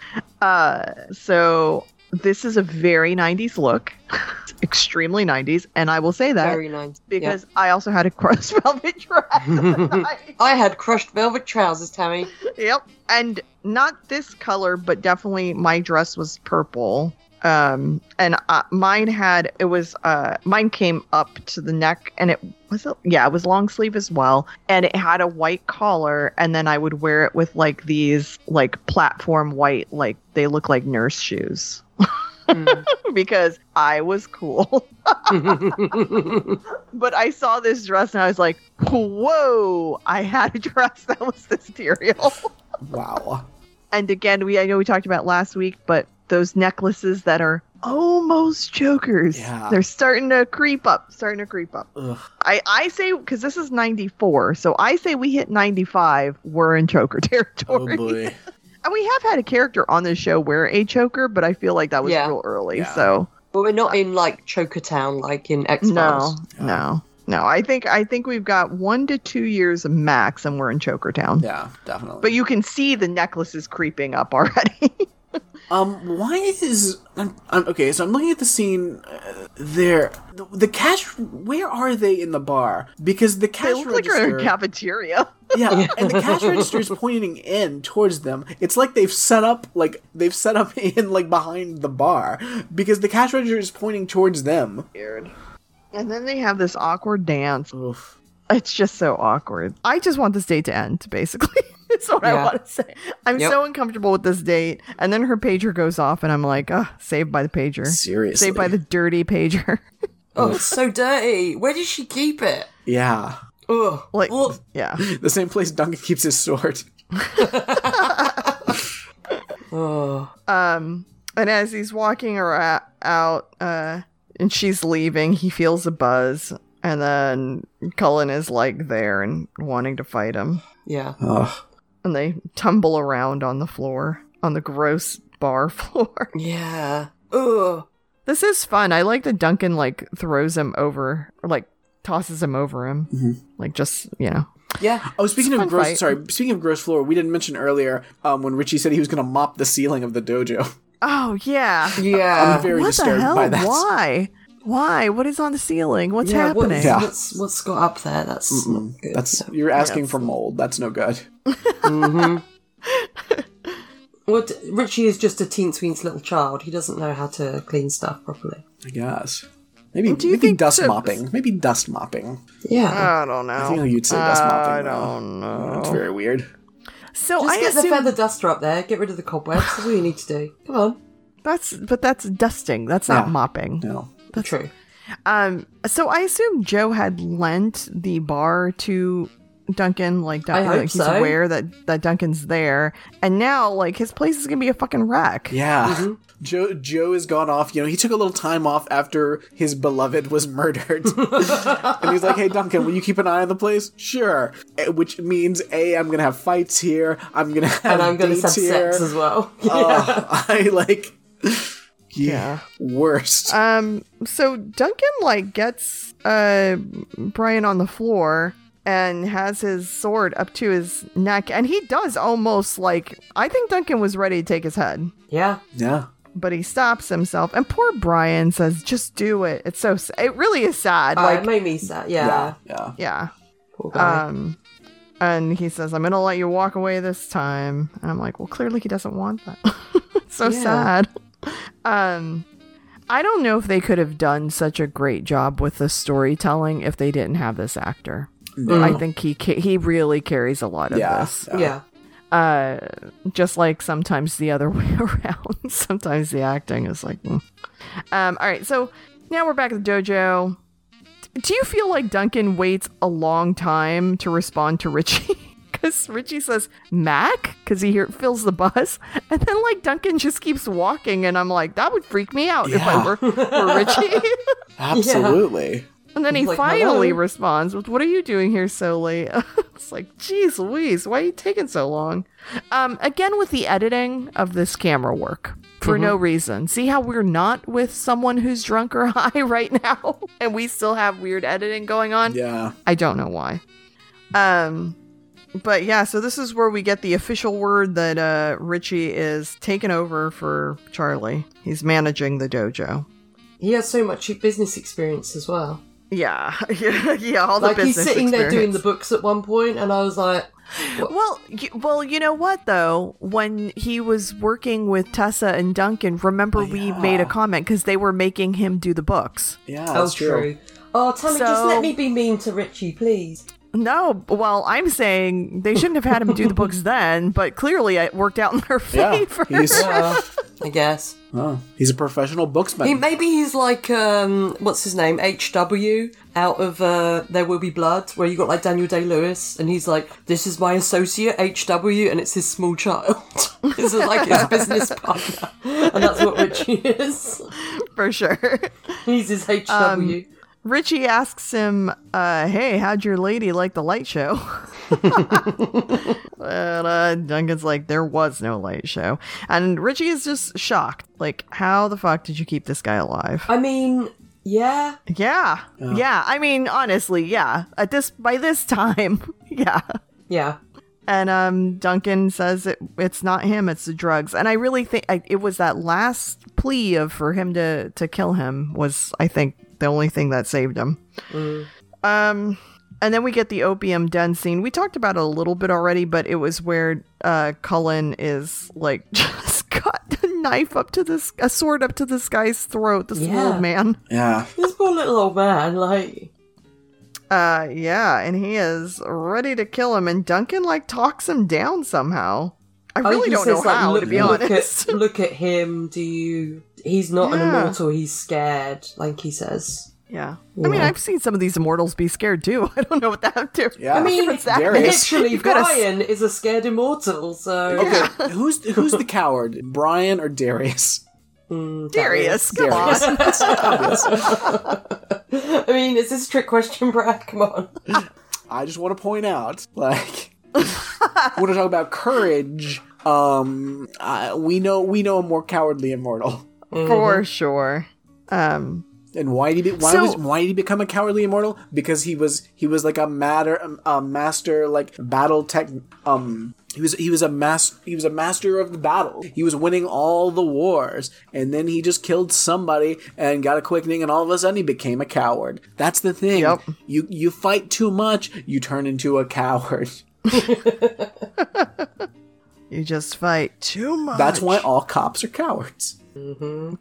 S3: Uh, so this is a very 90s look, extremely 90s. And I will say that
S2: Very nice.
S3: because I also had a cross velvet dress.
S2: Yeah. I had crushed velvet trousers, Tammy.
S3: yep, and not this color, but definitely my dress was purple. Um, and uh, mine had it was uh mine came up to the neck, and it was it yeah it was long sleeve as well, and it had a white collar, and then I would wear it with like these like platform white like they look like nurse shoes
S2: Mm.
S3: because I was cool. but I saw this dress and I was like, whoa, I had a dress that was this material.
S4: Wow.
S3: and again, we I know we talked about last week, but those necklaces that are almost jokers.
S4: Yeah.
S3: They're starting to creep up, starting to creep up.
S4: Ugh.
S3: I, I say, because this is 94, so I say we hit 95, we're in choker territory.
S4: Oh boy.
S3: and we have had a character on this show wear a choker, but I feel like that was
S2: Yeah.
S3: real early,
S4: Yeah.
S3: so.
S2: but we're not in like Choker Town, like in X
S3: No,
S2: Files.
S3: no, no. I think I think we've got one to two years max, and we're in Choker Town.
S4: Yeah, definitely.
S3: But you can see the necklaces creeping up already.
S4: Um, why is I'm, I'm okay? So I'm looking at the scene uh, there. The, the cash. Where are they in the bar? Because the
S3: they
S4: cash
S3: look like
S4: register.
S3: we're in a cafeteria.
S4: yeah, and the cash register is pointing in towards them. It's like they've set up like they've set up in like behind the bar because the cash register is pointing towards them.
S3: Weird. And then they have this awkward dance.
S4: Oof.
S3: It's just so awkward. I just want this date to end, basically. That's what I
S2: Yeah.
S3: want to say. I'm
S2: Yep.
S3: so uncomfortable with this date. And then her pager goes off, and I'm like, oh, saved by the pager.
S4: Seriously.
S3: Saved by the dirty pager.
S2: Oh, it's so dirty. Where did she keep it?
S4: Yeah,
S2: Ugh.
S3: like,
S2: Well,
S3: yeah.
S4: the same place Duncan keeps his sword.
S2: Oh.
S3: Um, and as he's walking her a- out, uh, and she's leaving, he feels a buzz, and then Cullen is like there and wanting to fight him,
S2: Yeah.
S4: Ugh.
S3: and they tumble around on the floor, on the gross bar floor.
S2: Yeah. Ugh.
S3: this is fun. I like that Duncan like throws him over, or like tosses him over him,
S4: Mhm.
S3: like just you know.
S2: Yeah.
S4: Oh, speaking
S3: It's a
S4: of
S3: fun
S4: gross,
S3: fight.
S4: sorry. Speaking of gross floor, we didn't mention earlier um, when Richie said he was going to mop the ceiling of the dojo.
S3: Oh yeah.
S4: I'm
S2: Yeah.
S4: very
S3: Uh, what
S4: disturbed
S3: the hell?
S4: by that.
S3: Why? Why? What is on the ceiling? What's
S2: yeah,
S3: happening?
S2: What's,
S4: Yeah.
S2: what's, what's got up there? That's
S4: Mm-mm.
S2: not good.
S4: That's you're asking
S3: Yes.
S4: for mold. That's no good.
S2: Mhm. Mm-hmm. What Richie is just a teen tweens little child. He doesn't know how to clean stuff properly.
S4: I guess. Maybe
S3: Do you
S4: maybe
S3: think
S4: dust
S3: so-
S4: mopping. Maybe dust mopping.
S2: Yeah.
S3: I don't know.
S4: I feel like you'd say dust mopping.
S3: I
S4: though.
S3: don't
S4: That's
S3: know.
S4: very weird.
S3: So
S2: just
S3: I
S2: get the
S3: assume
S2: feather duster up there. Get rid of the cobwebs. That's all you need to do. Come on.
S3: that's but that's dusting. That's not
S4: Yeah.
S3: mopping.
S4: No.
S2: True.
S3: Um. So I assume Joe had lent the bar to Duncan. Like, Dun-
S2: I hope
S3: like he's
S2: so.
S3: aware that that Duncan's there, and now like his place is gonna be a fucking wreck.
S4: Yeah.
S3: Mm-hmm.
S4: Joe Joe has gone off. You know, he took a little time off after his beloved was murdered. and he's like, "Hey Duncan, will you keep an eye on the place?" Sure. Eh, Which means a I'm going to have fights here. I'm going to have
S2: And I'm going to
S4: dates
S2: have
S4: here.
S2: sex as well.
S4: Oh, I like
S3: Yeah.
S4: worst.
S3: Um. So Duncan like gets uh Brian on the floor and has his sword up to his neck, and he does almost like I think Duncan was ready to take his head.
S2: yeah.
S4: yeah.
S3: but he stops himself and poor brian says just do it it's so s- it really is sad
S2: Uh,
S3: like
S2: it made me sad. Yeah.
S4: Yeah. Yeah.
S3: yeah
S2: Poor guy.
S3: um and he says i'm gonna let you walk away this time and i'm like well clearly he doesn't want that It's so
S2: Yeah.
S3: sad um i don't know if they could have done such a great job with the storytelling if they didn't have this actor
S4: No.
S3: i think he ca- he really carries a lot of
S4: Yeah.
S3: this
S2: yeah.
S3: uh just like sometimes the other way around sometimes the acting is like mm. um all right so now we're back at the dojo D- do you feel like duncan waits a long time to respond to richie because richie says mac because he hear, feels the buzz and then like duncan just keeps walking and i'm like that would freak me out if i
S4: Yeah.
S3: were, were richie
S4: Absolutely.
S3: and then he
S2: Like,
S3: finally
S2: hello?
S3: responds with, "What are you doing here so late?" it's like, "Geez, Louise, why are you taking so long?" Um, again with the editing of this camera work for no
S2: Mm-hmm.
S3: reason. See how we're not with someone who's drunk or high right now, and we still have weird editing going on.
S4: Yeah.
S3: I don't know why. Um, but yeah, so this is where we get the official word that uh, Richie is taking over for Charlie. He's managing the dojo.
S2: He has so much business experience as well.
S3: Yeah, yeah, yeah. All
S2: like
S3: the
S2: he's
S3: business
S2: sitting there doing
S3: experience.
S2: the books at one point, and I was like,
S3: Well, y- well, you know what though? When he was working with Tessa and Duncan, remember we made a comment because they were making him do the books.
S4: Yeah.
S2: "Oh,
S4: That's
S2: true. Oh, Tammy, just
S3: So-
S2: let me be mean to Richie, please."
S3: No, well, I'm saying they shouldn't have had him do the books then, but clearly it worked out in their
S4: Yeah.
S3: favor.
S4: He's
S2: Uh, I guess.
S4: oh, he's a professional booksman.
S2: He, maybe he's like um, what's his name, H.W. out of uh, There Will Be Blood, where you got like Daniel Day Lewis, and he's like, "This is my associate H.W. and it's his small child. this is like his business partner, and that's what Richie is.
S3: for sure.
S2: He's his H.W.
S3: Richie asks him, uh, "Hey, how'd your lady like the light show?" and uh, Duncan's like, "There was no light show," and Richie is just shocked. Like, how the fuck did you keep this guy alive?
S2: I mean, yeah,
S3: Yeah. yeah. I mean, honestly, yeah. At this by this time, yeah.
S2: yeah,
S3: And um Duncan says it, it's not him, it's the drugs. And I really think I, it was that last plea of for him to to kill him was I think the only thing that saved him. Um and then we get the opium den scene. We talked about it a little bit already, but it was where uh Cullen is like just got the knife up to this a sword up to this guy's throat, this
S2: Yeah.
S3: old man.
S4: yeah.
S2: this poor little old man, like,
S3: Uh, yeah, and he is ready to kill him, and Duncan like talks him down somehow. I
S2: I think
S3: really
S2: Oh, he
S3: don't know
S2: says, like,
S3: how,
S2: look-
S3: to be
S2: look at-
S3: honest.
S2: look at him. Do you? He's not an
S3: Yeah.
S2: immortal. He's scared. Like he says.
S3: Yeah. I mean, I've seen some of these immortals be scared too. I don't know what they have to.
S4: Yeah.
S2: I mean,
S4: What's that? Darius.
S2: literally,
S3: You've gotta s-
S2: Brian is a scared immortal, so.
S4: Okay, who's who's the coward, Brian or Darius?
S3: Darius, come
S4: Darius.
S3: on.
S4: It's obvious.
S2: I mean, is this a trick question, Brad? Come on.
S4: I just want to point out, like, when we talk about courage, um, uh, we know we know a more cowardly immortal.
S3: For sure. Um,
S4: And why did he? Be, why
S3: So-
S4: was why did he become a cowardly immortal? Because he was he was like a matter um, a master like battle tech um. He was he was a mas- he was a master of the battle. He was winning all the wars, and then he just killed somebody and got a quickening, and all of a sudden he became a coward. That's the thing.
S3: Yep.
S4: You you fight too much, you turn into a coward.
S3: you just fight too much.
S4: That's why all cops are cowards.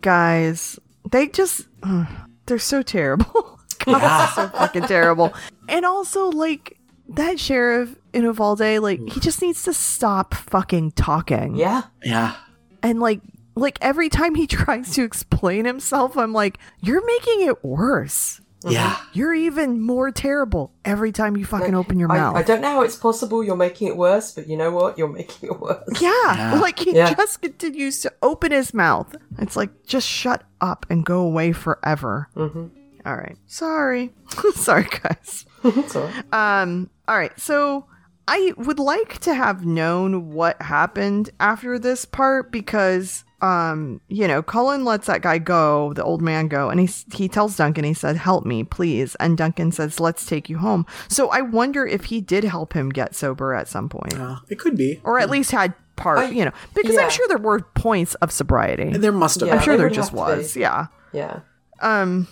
S3: guys. They just ugh, they're so terrible. God, so fucking terrible. And also like that sheriff in Uvalde, like he just needs to stop fucking talking.
S2: Yeah.
S4: Yeah.
S3: And like like every time he tries to explain himself, I'm like, you're making it worse.
S4: Yeah.
S3: You're even more terrible every time you fucking open your mouth.
S2: I, I don't know how it's possible you're making it worse, but you know what? You're making it worse.
S3: Yeah, like he
S2: Yeah.
S3: just continues to open his mouth. It's like just shut up and go away forever. Mm-hmm. right, sorry, sorry guys.
S2: That's all right.
S3: Um, all right, so I would like to have known what happened after this part because, um, you know, Cullen lets that guy go, the old man go, and he s- he tells Duncan, he said, "Help me, please," and Duncan says, "Let's take you home." So I wonder if he did help him get sober at some point
S4: Uh, it could be.
S3: or at least had part,
S2: I-
S3: you know, because
S2: yeah.
S3: I'm sure there were points of sobriety.
S4: There must have.
S2: Yeah.
S4: been.
S3: I'm
S2: there
S3: sure there
S2: would
S3: just
S2: have to be.
S3: was, yeah.
S2: Yeah.
S3: Um,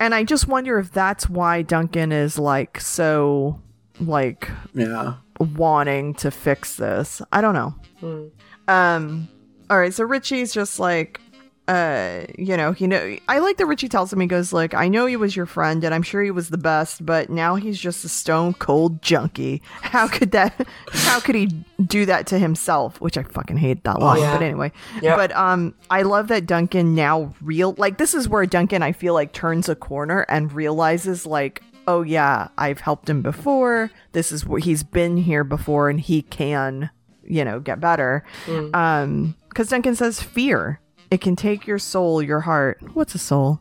S3: and I just wonder if that's why Duncan is like so, like
S4: Yeah.
S3: wanting to fix this. I don't know. Um, all right, so Richie's just like, uh, you know, he know. I like that Richie tells him he goes like, I know he was your friend, and I'm sure he was the best, but now he's just a stone cold junkie. How could that? How could he do that to himself? Which I fucking hate that line.
S2: Oh, yeah.
S3: But anyway,
S2: Yep.
S3: but um, I love that Duncan now real like this is where Duncan I feel like turns a corner and realizes like. Oh yeah, I've helped him before. This is where he's been here before, and he can you know get better um because duncan says fear it can take your soul your heart what's a soul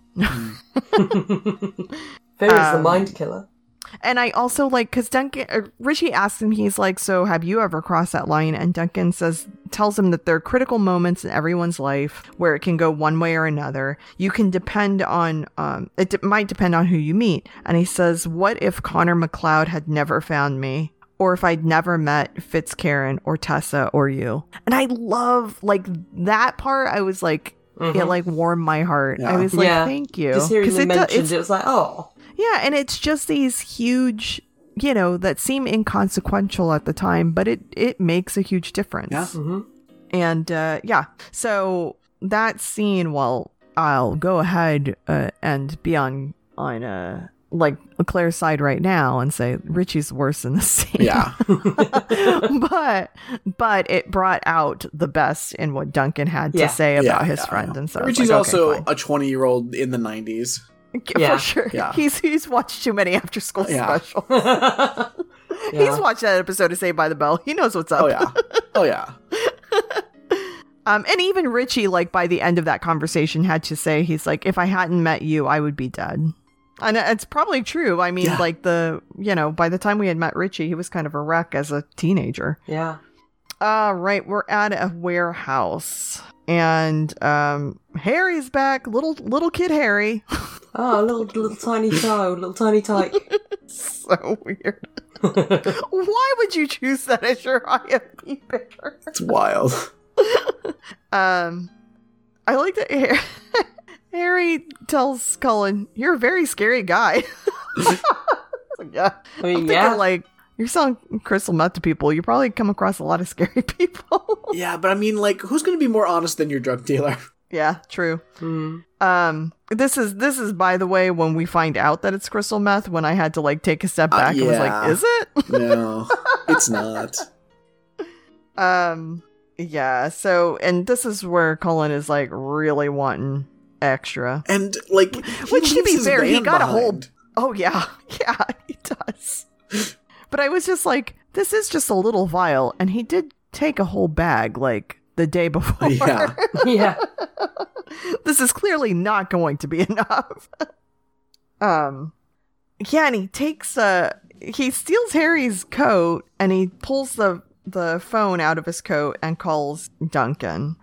S2: Fear is
S3: Um,
S2: the mind killer.
S3: and i also like because duncan uh, richie asks him he's like so have you ever crossed that line and duncan says tells him that there are critical moments in everyone's life where it can go one way or another you can depend on um it de- might depend on who you meet and he says what if connor mcleod had never found me or if I'd never met Fitzkaren or Tessa or you. And I love like that part. I was like, it like warmed my heart. I
S4: Yeah.
S3: was like,
S2: Yeah.
S3: thank you.
S2: Mm-hmm. Just hearing
S3: 'Cause
S2: them
S3: it do-
S2: mentioned,
S3: it's-
S2: it was like, oh.
S3: yeah, and it's just these huge, you know, that seem inconsequential at the time, but it it makes a huge difference. Mm-hmm.
S4: Yeah.
S3: And uh, yeah, so that scene. Well, I'll go ahead uh, and be on on uh, like Claire's side right now and say Richie's worse in the scene.
S4: Yeah.
S2: Mm-hmm.
S3: but but it brought out the best in what Duncan had
S2: Yeah.
S3: to say about
S4: Yeah,
S3: his
S4: yeah,
S3: friend,
S4: yeah.
S3: and so I was
S4: Richie's
S3: like, okay,
S4: also
S3: fine.
S4: a 20 year old in the 90s.
S2: Yeah,
S3: for sure.
S4: yeah.
S3: He's he's watched too many after school
S4: Yeah.
S3: specials.
S2: Yeah.
S3: He's watched that episode of Saved by the Bell. He knows what's up.
S4: Oh yeah, oh yeah,
S3: Um, and even Richie, like by the end of that conversation, had to say, he's like, if I hadn't met you, I would be dead. And it's probably true. I mean,
S4: Yeah.
S3: like the you know, by the time we had met Richie, he was kind of a wreck as a teenager.
S2: yeah.
S3: All right, we're at a warehouse, and um, Harry's back. Little little kid Harry.
S2: Oh, little little tiny child, little tiny tyke.
S3: so weird. Why would you choose that as your IMP picture?
S4: it's wild.
S3: Um, I like that Harry, Harry tells Cullen, "You're a very scary guy." yeah,
S2: I mean,
S3: thinking
S2: yeah.
S3: like you're selling crystal meth to people. You probably come across a lot of scary people.
S4: Yeah, but I mean, like, who's gonna be more honest than your drug dealer?
S3: yeah, true.
S2: Mm.
S3: Um, this is this is by the way when we find out that it's crystal meth. When I had to like take a step
S4: Uh,
S3: back and was
S4: yeah.
S3: like, "Is it?"
S4: No, it's not.
S3: Um, yeah. So, and this is where Cullen is like really wanting extra.
S4: And like, he
S3: Which, to
S4: leaves
S3: be
S4: his
S3: fair, he
S4: van
S3: got a whole.
S4: behind.
S3: Oh yeah, yeah, he does. But I was just like, this is just a little vial, and he did take a whole bag like the day before.
S4: Yeah.
S2: yeah.
S3: this is clearly not going to be enough. um, yeah, and he takes uh he steals Harry's coat and he pulls the the phone out of his coat and calls Duncan.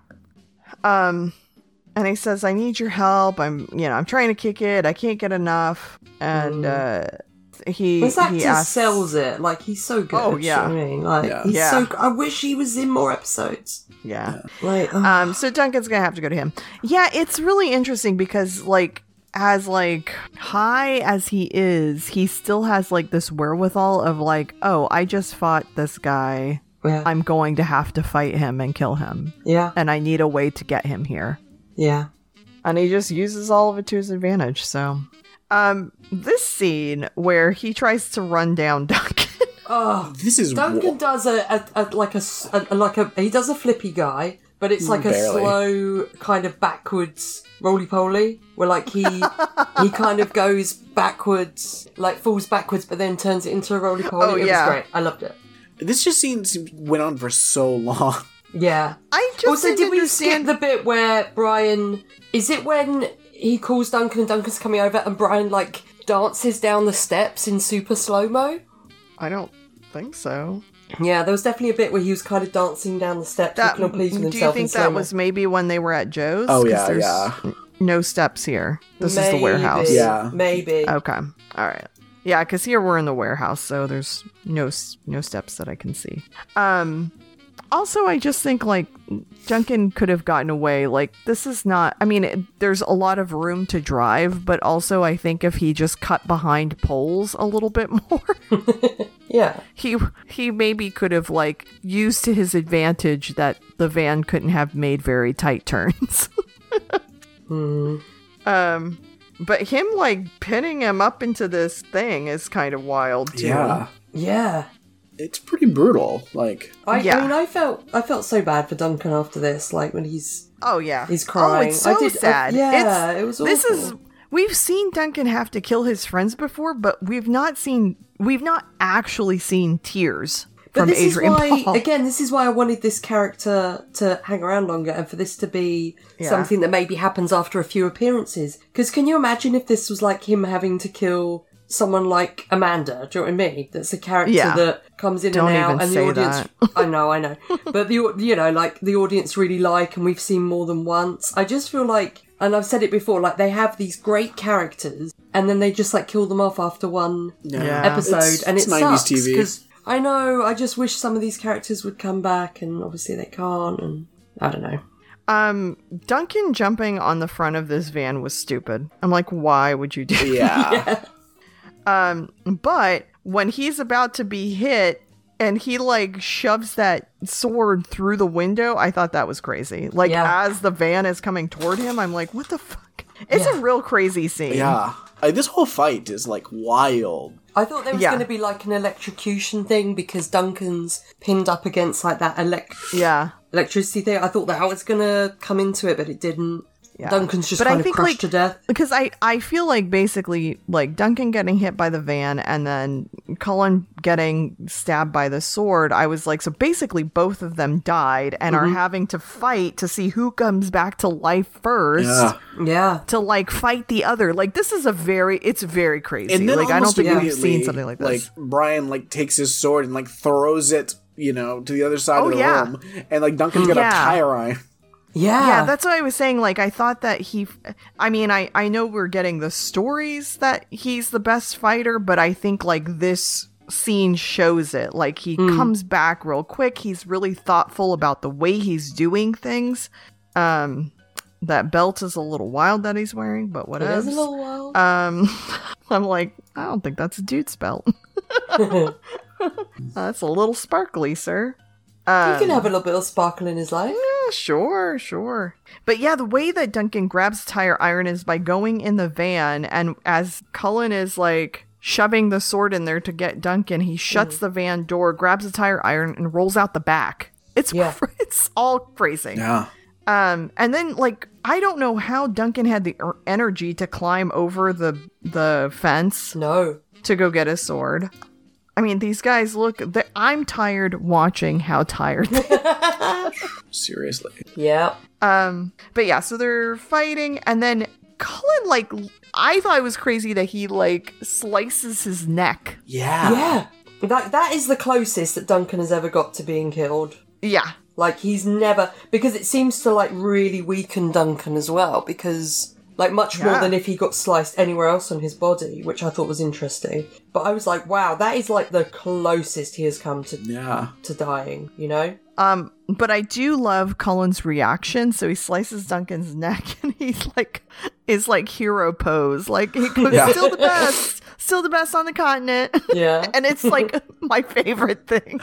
S3: Um, and he says, "I need your help. I'm, you know, I'm trying to kick it. I can't get enough." And uh, he
S2: This actor
S3: he asks,
S2: sells it. Like he's so good.
S3: Oh,
S2: do you
S3: yeah.
S2: know what I mean, like
S4: Yeah.
S2: he's
S3: Yeah.
S2: so. I wish he was in more episodes.
S3: yeah.
S2: Like, oh,
S3: um so duncan's gonna have to go to him yeah it's really interesting because like as like high as he is he still has like this wherewithal of like oh i just fought this guy
S2: yeah,
S3: i'm going to have to fight him and kill him
S2: yeah,
S3: and i need a way to get him here
S2: yeah.
S3: and he just uses all of it to his advantage so um this scene where he tries to run down duncan
S2: Oh,
S4: This is
S2: Duncan does a, a, a like a, s- a- a- like a he does a flippy guy, but it's like a
S4: Barely.
S2: slow kind of backwards roly poly, where like he he kind of goes backwards, like falls backwards, but then turns it into a roly poly.
S3: Oh,
S2: it
S3: yeah.
S2: was great. I loved it.
S4: This just seems went on for so long.
S2: Yeah.
S3: i just
S2: also,
S3: didn't
S2: Oh, did we
S3: understand
S2: skip the bit where Brian? Is it when he calls Duncan and Duncan's coming over, and Brian like dances down the steps in super slow mo?
S3: i don't think so
S2: Yeah, there was definitely a bit where he was kind of dancing down the steps,
S3: that
S2: looking all pleased with
S3: do you
S2: himself. in
S3: think that
S2: slow-mo.
S3: was maybe when they were at joe's
S4: Oh
S3: 'Cause
S4: yeah,
S3: there's
S4: yeah.
S3: no steps here this is the
S2: Maybe,
S3: warehouse
S4: Yeah.
S2: Maybe.
S3: okay all right yeah because here we're in the warehouse so there's no s- no steps that i can see um also i just think like duncan could have gotten away like this is not i mean it, there's a lot of room to drive but also i think if he just cut behind poles a little bit more
S2: Yeah.
S3: he he maybe could have like used to his advantage that the van couldn't have made very tight turns.
S2: Hmm.
S3: Um but him like pinning him up into this thing is kind of wild too.
S4: Yeah.
S2: Yeah.
S4: It's pretty brutal. Like
S2: I,
S3: Yeah.
S2: I mean, I felt I felt so bad for Duncan after this, like when he's
S3: Oh yeah.
S2: He's crying.
S3: Oh, it's so
S2: I did- I-
S3: sad.
S2: yeah,
S3: It's-
S2: it was
S3: This is
S2: awful.
S3: we've seen Duncan have to kill his friends before, but we've not seen we've not actually seen tears
S2: But
S3: from
S2: this
S3: Adrian
S2: is why,
S3: Paul.
S2: again, this is why I wanted this character to hang around longer and for this to be
S3: Yeah.
S2: something that maybe happens after a few appearances. Because can you imagine if this was like him having to kill someone like Amanda? Do you know what I mean? That's a character
S3: Yeah.
S2: that comes in
S3: Don't
S2: and out,
S3: even
S2: and
S3: say
S2: the audience. I know, I know, but the au- you know, like the audience really like, and we've seen more than once. I just feel like. And I've said it before, like they have these great characters, and then they just like kill them off after one
S3: Yeah.
S2: episode,
S4: It's-
S2: and
S4: it's
S2: it
S4: 90s
S2: sucks
S4: TV.
S2: because I know I just wish some of these characters would come back, and obviously they can't, and I don't know.
S3: Um, Duncan jumping on the front of this van was stupid. I'm like, why would you do that?
S4: yeah.
S3: Um, but when he's about to be hit and he like shoves that sword through the window, I thought that was crazy. Like
S2: Yeah.
S3: as the van is coming toward him, I'm like, what the fuck? It's a
S2: Yeah.
S3: real crazy scene.
S4: Yeah. Uh, this whole fight is like wild.
S2: I thought there was
S3: Yeah.
S2: going to be like an electrocution thing because Duncan's pinned up against like that elect-
S3: Yeah.
S2: electricity thing. I thought that was going to come into it, but it didn't.
S3: Yeah.
S2: Duncan's just
S3: But I
S2: kind of
S3: think,
S2: crushed
S3: like-
S2: to death.
S3: Because I, I feel like basically like Duncan getting hit by the van and then Cullen getting stabbed by the sword. I was like, so basically both of them died and
S2: Mm-hmm.
S3: are having to fight to see who comes back to life first.
S4: Yeah.
S2: Yeah,
S3: to like fight the other. Like this is a very it's very crazy. like I don't
S4: almost
S3: think we've
S4: immediately,
S3: seen something like this.
S4: Like Brian like takes his sword and like throws it, you know, to the other side
S3: Oh,
S4: of the
S3: yeah.
S4: room, and like Duncan's got
S3: Yeah.
S4: a tire iron.
S2: yeah,
S3: yeah, that's what I was saying. Like I thought that he I mean, I I know we're getting the stories that he's the best fighter, but I think like this scene shows it. Like he comes back real quick. He's really thoughtful about the way he's doing things. Um that belt is a little wild that he's wearing, but
S2: it
S3: whatever.
S2: is a little wild.
S3: Um, I'm like, I don't think that's a dude's belt. that's a little sparkly, sir.
S2: you can
S3: Um,
S2: have a little bit of sparkle in his life.
S3: yeah, sure, sure. But yeah, the way that Duncan grabs tire iron is by going in the van, and as Cullen is like shoving the sword in there to get Duncan, he
S2: Mm.
S3: shuts the van door, grabs the tire iron, and rolls out the back. It's
S2: Yeah.
S3: it's all crazy.
S4: Yeah.
S3: Um, and then like I don't know how Duncan had the er- energy to climb over the the fence
S2: No.
S3: to go get his sword. I mean, these guys look. they- I'm tired watching how tired. They-
S4: Seriously.
S2: Yeah.
S3: um, but yeah, so they're fighting, and then Cullen like I thought it was crazy that he like slices his neck.
S4: Yeah.
S2: Yeah. That that is the closest that Duncan has ever got to being killed.
S3: Yeah,
S2: Like he's never because it seems to like really weaken Duncan as well because like much more
S3: Yeah.
S2: than if he got sliced anywhere else on his body, which I thought was interesting. But I was like, wow, that is like the closest he has come to
S4: Yeah.
S2: to dying, you know?
S3: Um, but I do love Cullen's reaction. So he slices Duncan's neck and he's like, is like hero pose. Like, he goes,
S4: Yeah.
S3: still the best, still the best on the continent.
S2: Yeah.
S3: and it's like my favorite thing.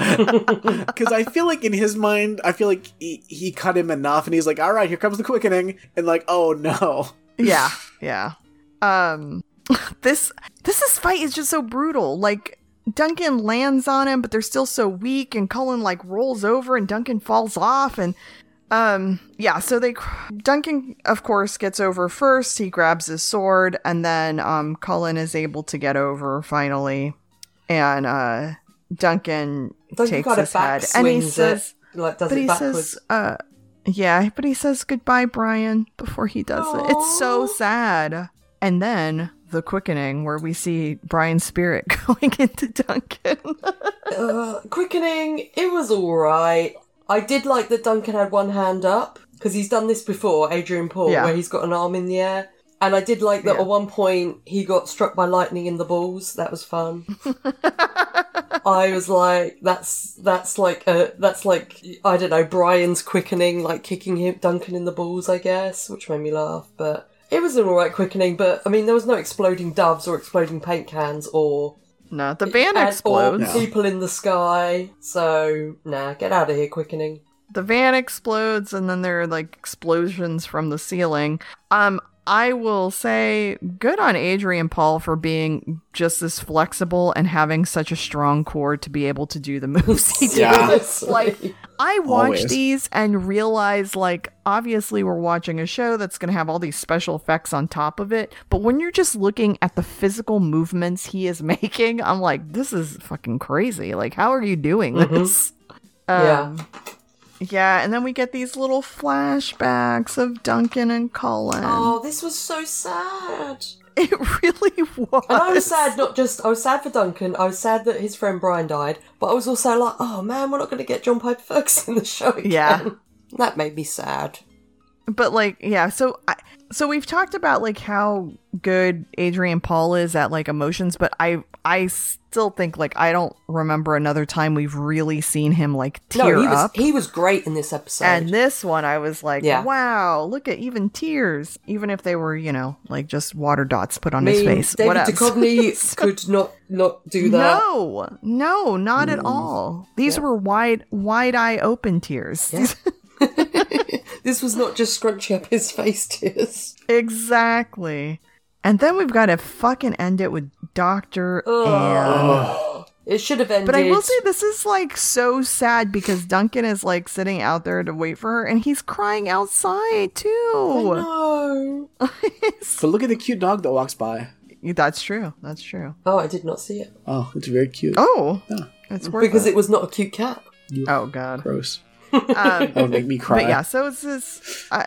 S4: Because I feel like in his mind, I feel like he, he cut him enough, and he's like, "All right, here comes the quickening," and like, "Oh no."
S3: yeah. Yeah. Um, this, this, this fight is just so brutal. Like, Duncan lands on him, but they're still so weak. And Cullen like rolls over and Duncan falls off. And Um, yeah, so they Duncan of course gets over first. He grabs his sword and then um Cullen is able to get over finally. And uh Duncan
S2: Duncan
S3: takes
S2: got a
S3: his
S2: back
S3: head and he
S2: swings it,
S3: says
S2: like does
S3: but
S2: it
S3: he
S2: backwards.
S3: says uh yeah, but he says goodbye Brian before he does it. It's so
S2: Aw.
S3: sad. And then the quickening where we see Brian's spirit going into Duncan.
S2: Uh, quickening, it was alright. I did like that Duncan had one hand up, because he's done this before, Adrian Paul,
S3: Yeah.
S2: where he's got an arm in the air. And I did like that
S3: Yeah.
S2: at one point he got struck by lightning in the balls. That was fun. I was like, that's that's like a, that's like I don't know, Brian's quickening, like kicking him Duncan in the balls, I guess, which made me laugh, but it was an alright quickening, but I mean there was no exploding doves or exploding paint cans or
S3: no, the van
S2: and-
S3: explodes.
S2: Or people in the sky. So, nah, get out of here, quickening.
S3: the van explodes and then there are like explosions from the ceiling um i will say good on adrian paul for being just as flexible and having such a strong core to be able to do the moves he
S4: Yeah.
S3: does like i watch
S4: Always.
S3: these and realize like obviously we're watching a show that's going to have all these special effects on top of it but when you're just looking at the physical movements he is making i'm like this is fucking crazy like how are you doing
S4: Mm-hmm.
S3: this
S2: Yeah.
S3: Um, yeah, and then we get these little flashbacks of Duncan and Colin.
S2: Oh, this was so sad.
S3: It really was.
S2: And I was sad, not just I was sad for Duncan. I was sad that his friend Brian died, but I was also like, oh man, we're not going to get John Piper Ferguson in the show again.
S3: Yeah.
S2: that made me sad.
S3: But like, yeah, so I, so we've talked about like how good Adrian Paul is at like emotions, but I I still think like I don't remember another time we've really seen him like tear
S2: no, he was
S3: up.
S2: he was great in this episode.
S3: and this one I was like,
S2: Yeah.
S3: wow, look at even tears, even if they were, you know, like just water dots put on
S2: I
S3: his
S2: mean,
S3: face.
S2: David
S3: Whatever.
S2: Duchovny could not not do that.
S3: No, no, not at all. These were wide, wide eye open tears. These-
S2: This was not just scrunching up his face tears.
S3: exactly. And then we've got to fucking end it with Doctor.
S2: It should have ended.
S3: But I will say this is like so sad because Duncan is like sitting out there to wait for her, and he's crying outside too.
S2: no.
S4: But look at the cute dog that walks by.
S3: That's true. That's true.
S2: Oh, I did not see it
S4: Oh, it's very cute.
S3: Oh,
S4: Yeah.
S3: it's worth
S2: because
S3: it.
S2: it was not a cute cat.
S3: oh god.
S4: Gross.
S3: Um,
S4: That would make me cry.
S3: But yeah, so it's this. I,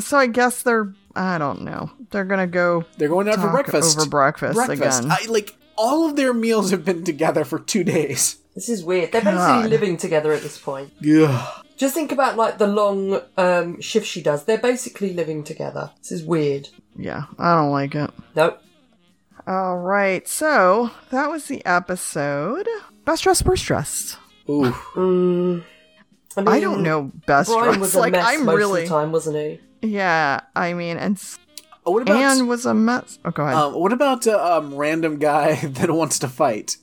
S3: so I guess they're. I don't know. They're gonna go
S4: They're going out for
S3: talk
S4: breakfast.
S3: over breakfast,
S4: breakfast.
S3: again.
S4: I, like all of their meals have been together for two days.
S2: This is weird. They're
S3: God.
S2: basically living together at this point.
S4: Ugh.
S2: Just think about like the long um, shift she does. They're basically living together. This is weird.
S3: yeah, I don't like it.
S2: Nope.
S3: All right, so that was the episode. Best dressed, worst dressed.
S4: Ooh.
S2: Mm, I,
S3: I
S2: mean,
S3: don't know best
S2: Brian
S3: dressed.
S2: was a
S3: like
S2: mess
S3: I'm
S2: most
S3: really.
S2: of the time, wasn't he?
S3: Yeah, I mean, and s-
S4: Oh, what about
S3: Anne was a mess. Oh, go ahead.
S4: um, what about uh, um, random guy that wants to fight?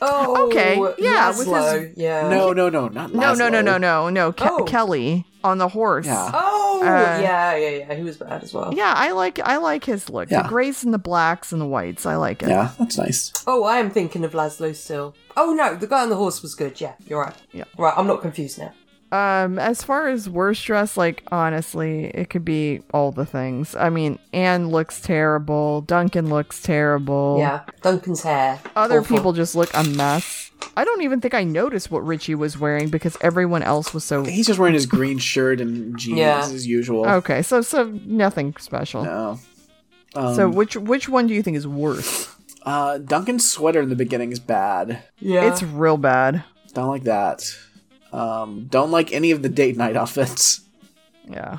S2: Oh,
S3: Okay, yeah, with his-
S2: Laszlo, yeah.
S4: No, no, no, not
S3: no, no, no,
S4: Laszlo.
S3: no, no, no. Ke-
S2: Oh.
S3: Kelly on the horse.
S4: Yeah.
S2: Oh,
S3: Uh,
S2: yeah, yeah, yeah. He was bad as well.
S3: Yeah, I like I like his look.
S4: Yeah.
S3: The grays and the blacks and the whites. I like it.
S4: Yeah, that's nice.
S2: Oh, I am thinking of Laszlo still. Oh no, the guy on the horse was good. Yeah, you're right.
S3: Yeah.
S2: Right, I'm not confused now.
S3: Um, as far as worst dress, like honestly, it could be all the things. I mean, Anne looks terrible. Duncan looks terrible.
S2: Yeah, Duncan's hair.
S3: Oh. Other
S2: Awful.
S3: people just look a mess. I don't even think I noticed what Richie was wearing because everyone else was so
S4: He's just wearing his green shirt and jeans
S2: Yeah.
S4: as usual.
S3: okay. So so nothing special.
S4: No. Um,
S3: So which which one do you think is worse?
S4: uh, Duncan's sweater in the beginning is bad.
S2: Yeah,
S3: It's real bad.
S4: Don't like that. Um, don't like any of the date night outfits.
S3: Yeah.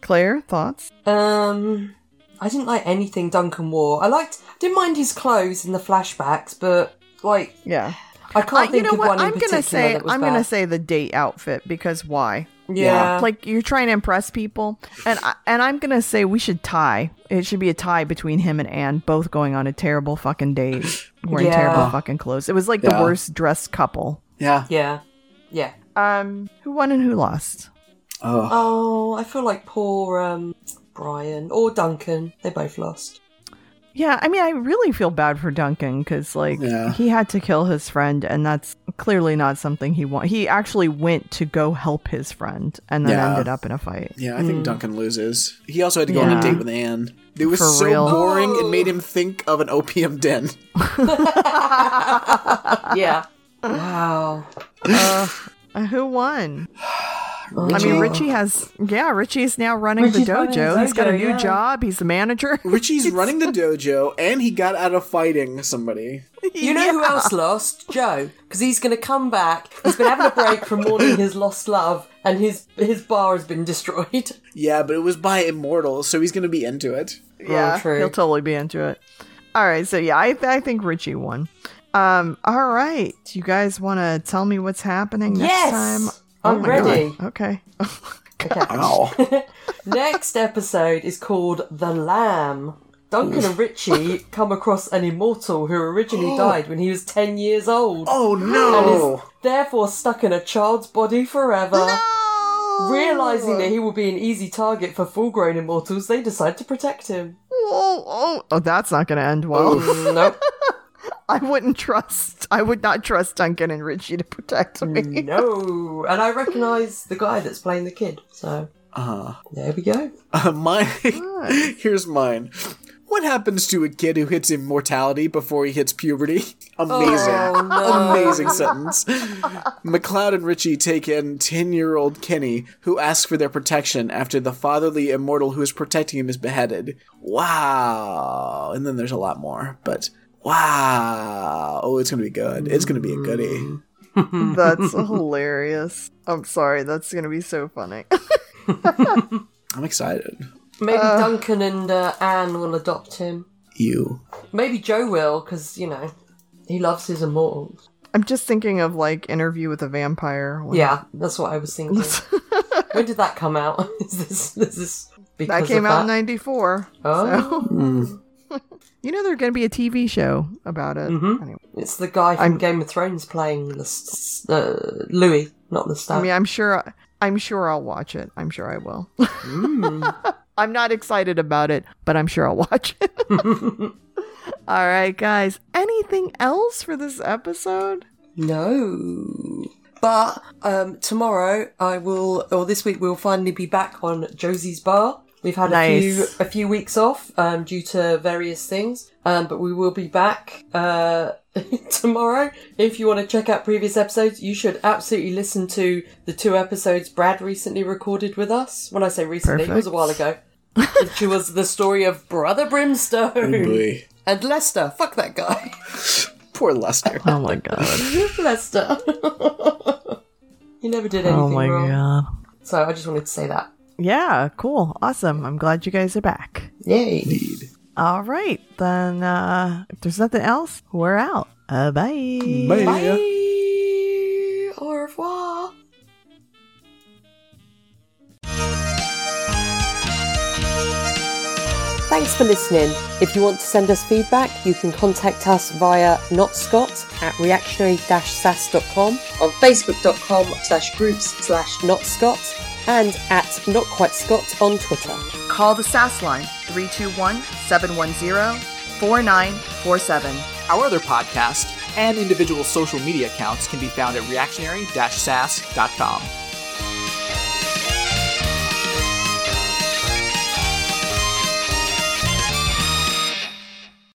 S3: Claire, thoughts?
S2: Um, I didn't like anything Duncan wore. I liked, I didn't mind his clothes in the flashbacks, but like
S3: Yeah.
S2: I can't
S3: Uh,
S2: think
S3: you know
S2: of
S3: what?
S2: one in
S3: I'm
S2: particular
S3: gonna say
S2: that was
S3: I'm
S2: bad.
S3: gonna say the date outfit because why?
S2: yeah,
S3: Like you're trying to impress people, and I, and I'm gonna say we should tie. It should be a tie between him and Anne, both going on a terrible fucking date, wearing
S2: Yeah.
S3: terrible fucking clothes. It was like
S4: Yeah.
S3: the worst dressed couple.
S4: Yeah.
S2: yeah, yeah.
S3: Um, who won and who lost?
S4: Oh.
S2: Oh, I feel like poor um Brian or Duncan. They both lost.
S3: Yeah, I mean, I really feel bad for Duncan because like
S4: Yeah.
S3: he had to kill his friend, and that's clearly not something he want. He actually went to go help his friend, and then
S4: Yeah.
S3: ended up in a fight.
S4: Yeah, I think Duncan loses. He also had to go on a
S3: Hmm. Yeah.
S4: date with Anne. It was
S3: For
S4: so
S3: real.
S4: boring, it made him think of an opium den.
S2: Yeah. wow.
S3: Uh, who won? I
S4: Richie.
S3: mean, Richie has, yeah, Richie's now running
S2: Richie's
S3: the
S2: running
S3: dojo.
S2: the
S3: He's got a
S2: dojo,
S3: new
S2: yeah.
S3: job. He's the manager.
S4: Richie's running the dojo, and he got out of fighting somebody.
S2: You know who else lost? Joe, because he's going to come back. He's been having a break from mourning his lost love, and his his bar has been destroyed.
S4: Yeah, but it was by immortals, so he's gonna be into it.
S3: yeah,
S2: Oh, true.
S3: he'll totally be into it. All right, so yeah, I, I think Richie won. Um, all right, you guys want to tell me what's happening next
S2: Yes!
S3: time? oh
S2: I'm
S3: my God.
S2: ready.
S3: Okay.
S4: Ow.
S2: Next episode is called The Lamb. Duncan and Richie come across an immortal who originally died when he was 10 years old.
S4: oh
S2: and
S4: no!
S2: is therefore stuck in a child's body forever. Realizing that he will be an easy target for full grown immortals, they decide to protect him. Mm,
S3: Oh, oh, oh, that's not going to end well.
S2: Nope.
S3: I wouldn't trust. I would not trust Duncan and Richie to protect me.
S2: no. And I recognize the guy that's playing the kid. So
S4: Uh,
S2: there we go.
S4: uh, mine. here's mine. What happens to a kid who hits immortality before he hits puberty? Amazing.
S2: Oh, no.
S4: Amazing sentence. McLeod and Richie take in 10 year old Kenny, who asks for their protection after the fatherly immortal who is protecting him is beheaded. Wow. And then there's a lot more, but wow. Oh, it's going to be good. It's going to be a goodie.
S2: Mm.
S3: That's hilarious. I'm sorry. That's going to be so funny.
S4: I'm excited.
S2: Maybe Duncan and uh, Anne will adopt him.
S4: You.
S2: Maybe Joe will, because, you know, he loves his immortals.
S3: I'm just thinking of like interview with a vampire. when-
S2: Yeah, that's what I was thinking. when did that come out? is this, is this because
S3: That came
S2: of
S3: out in
S2: that?
S3: 94.
S2: Oh.
S3: So. you know, there's going to be a TV show about it. Anyway,
S2: Mm-hmm. It's the guy from
S3: I'm-
S2: Game of Thrones playing the s- uh, Louis, not the
S3: I
S2: stab.
S3: mean, I'm sure. I'm sure I'll watch it. I'm sure I will. I'm not excited about it, but I'm sure I'll watch it. All right, guys. Anything else for this episode?
S2: No. But um, tomorrow I will, or this week we'll finally be back on Josie's Bar. We've had
S3: Nice.
S2: a few a few weeks off um, due to various things, um, but we will be back uh, tomorrow. If you want to check out previous episodes, you should absolutely listen to the two episodes Brad recently recorded with us. When I say recently, it was a while ago. Which was the story of Brother Brimstone
S4: Boy.
S2: and Lester. Fuck that guy,
S4: Poor Lester.
S3: Oh my god.
S2: Lester. he never did anything
S3: Oh my
S2: wrong.
S3: god.
S2: So I just wanted to say that.
S3: Yeah, cool. Awesome. I'm glad you guys are back.
S2: Yay.
S3: All right. Then uh if there's nothing else, we're out. Uh, bye.
S2: Bye. Au revoir. Thanks for listening. If you want to send us feedback, you can contact us via notscott at reactionary-sas.com, on facebook.com slash groups slash notscott, and at notquitescott on Twitter.
S3: Call the SAS line 321 710 4947.
S6: Our other podcast and individual social media accounts can be found at reactionary-sas.com.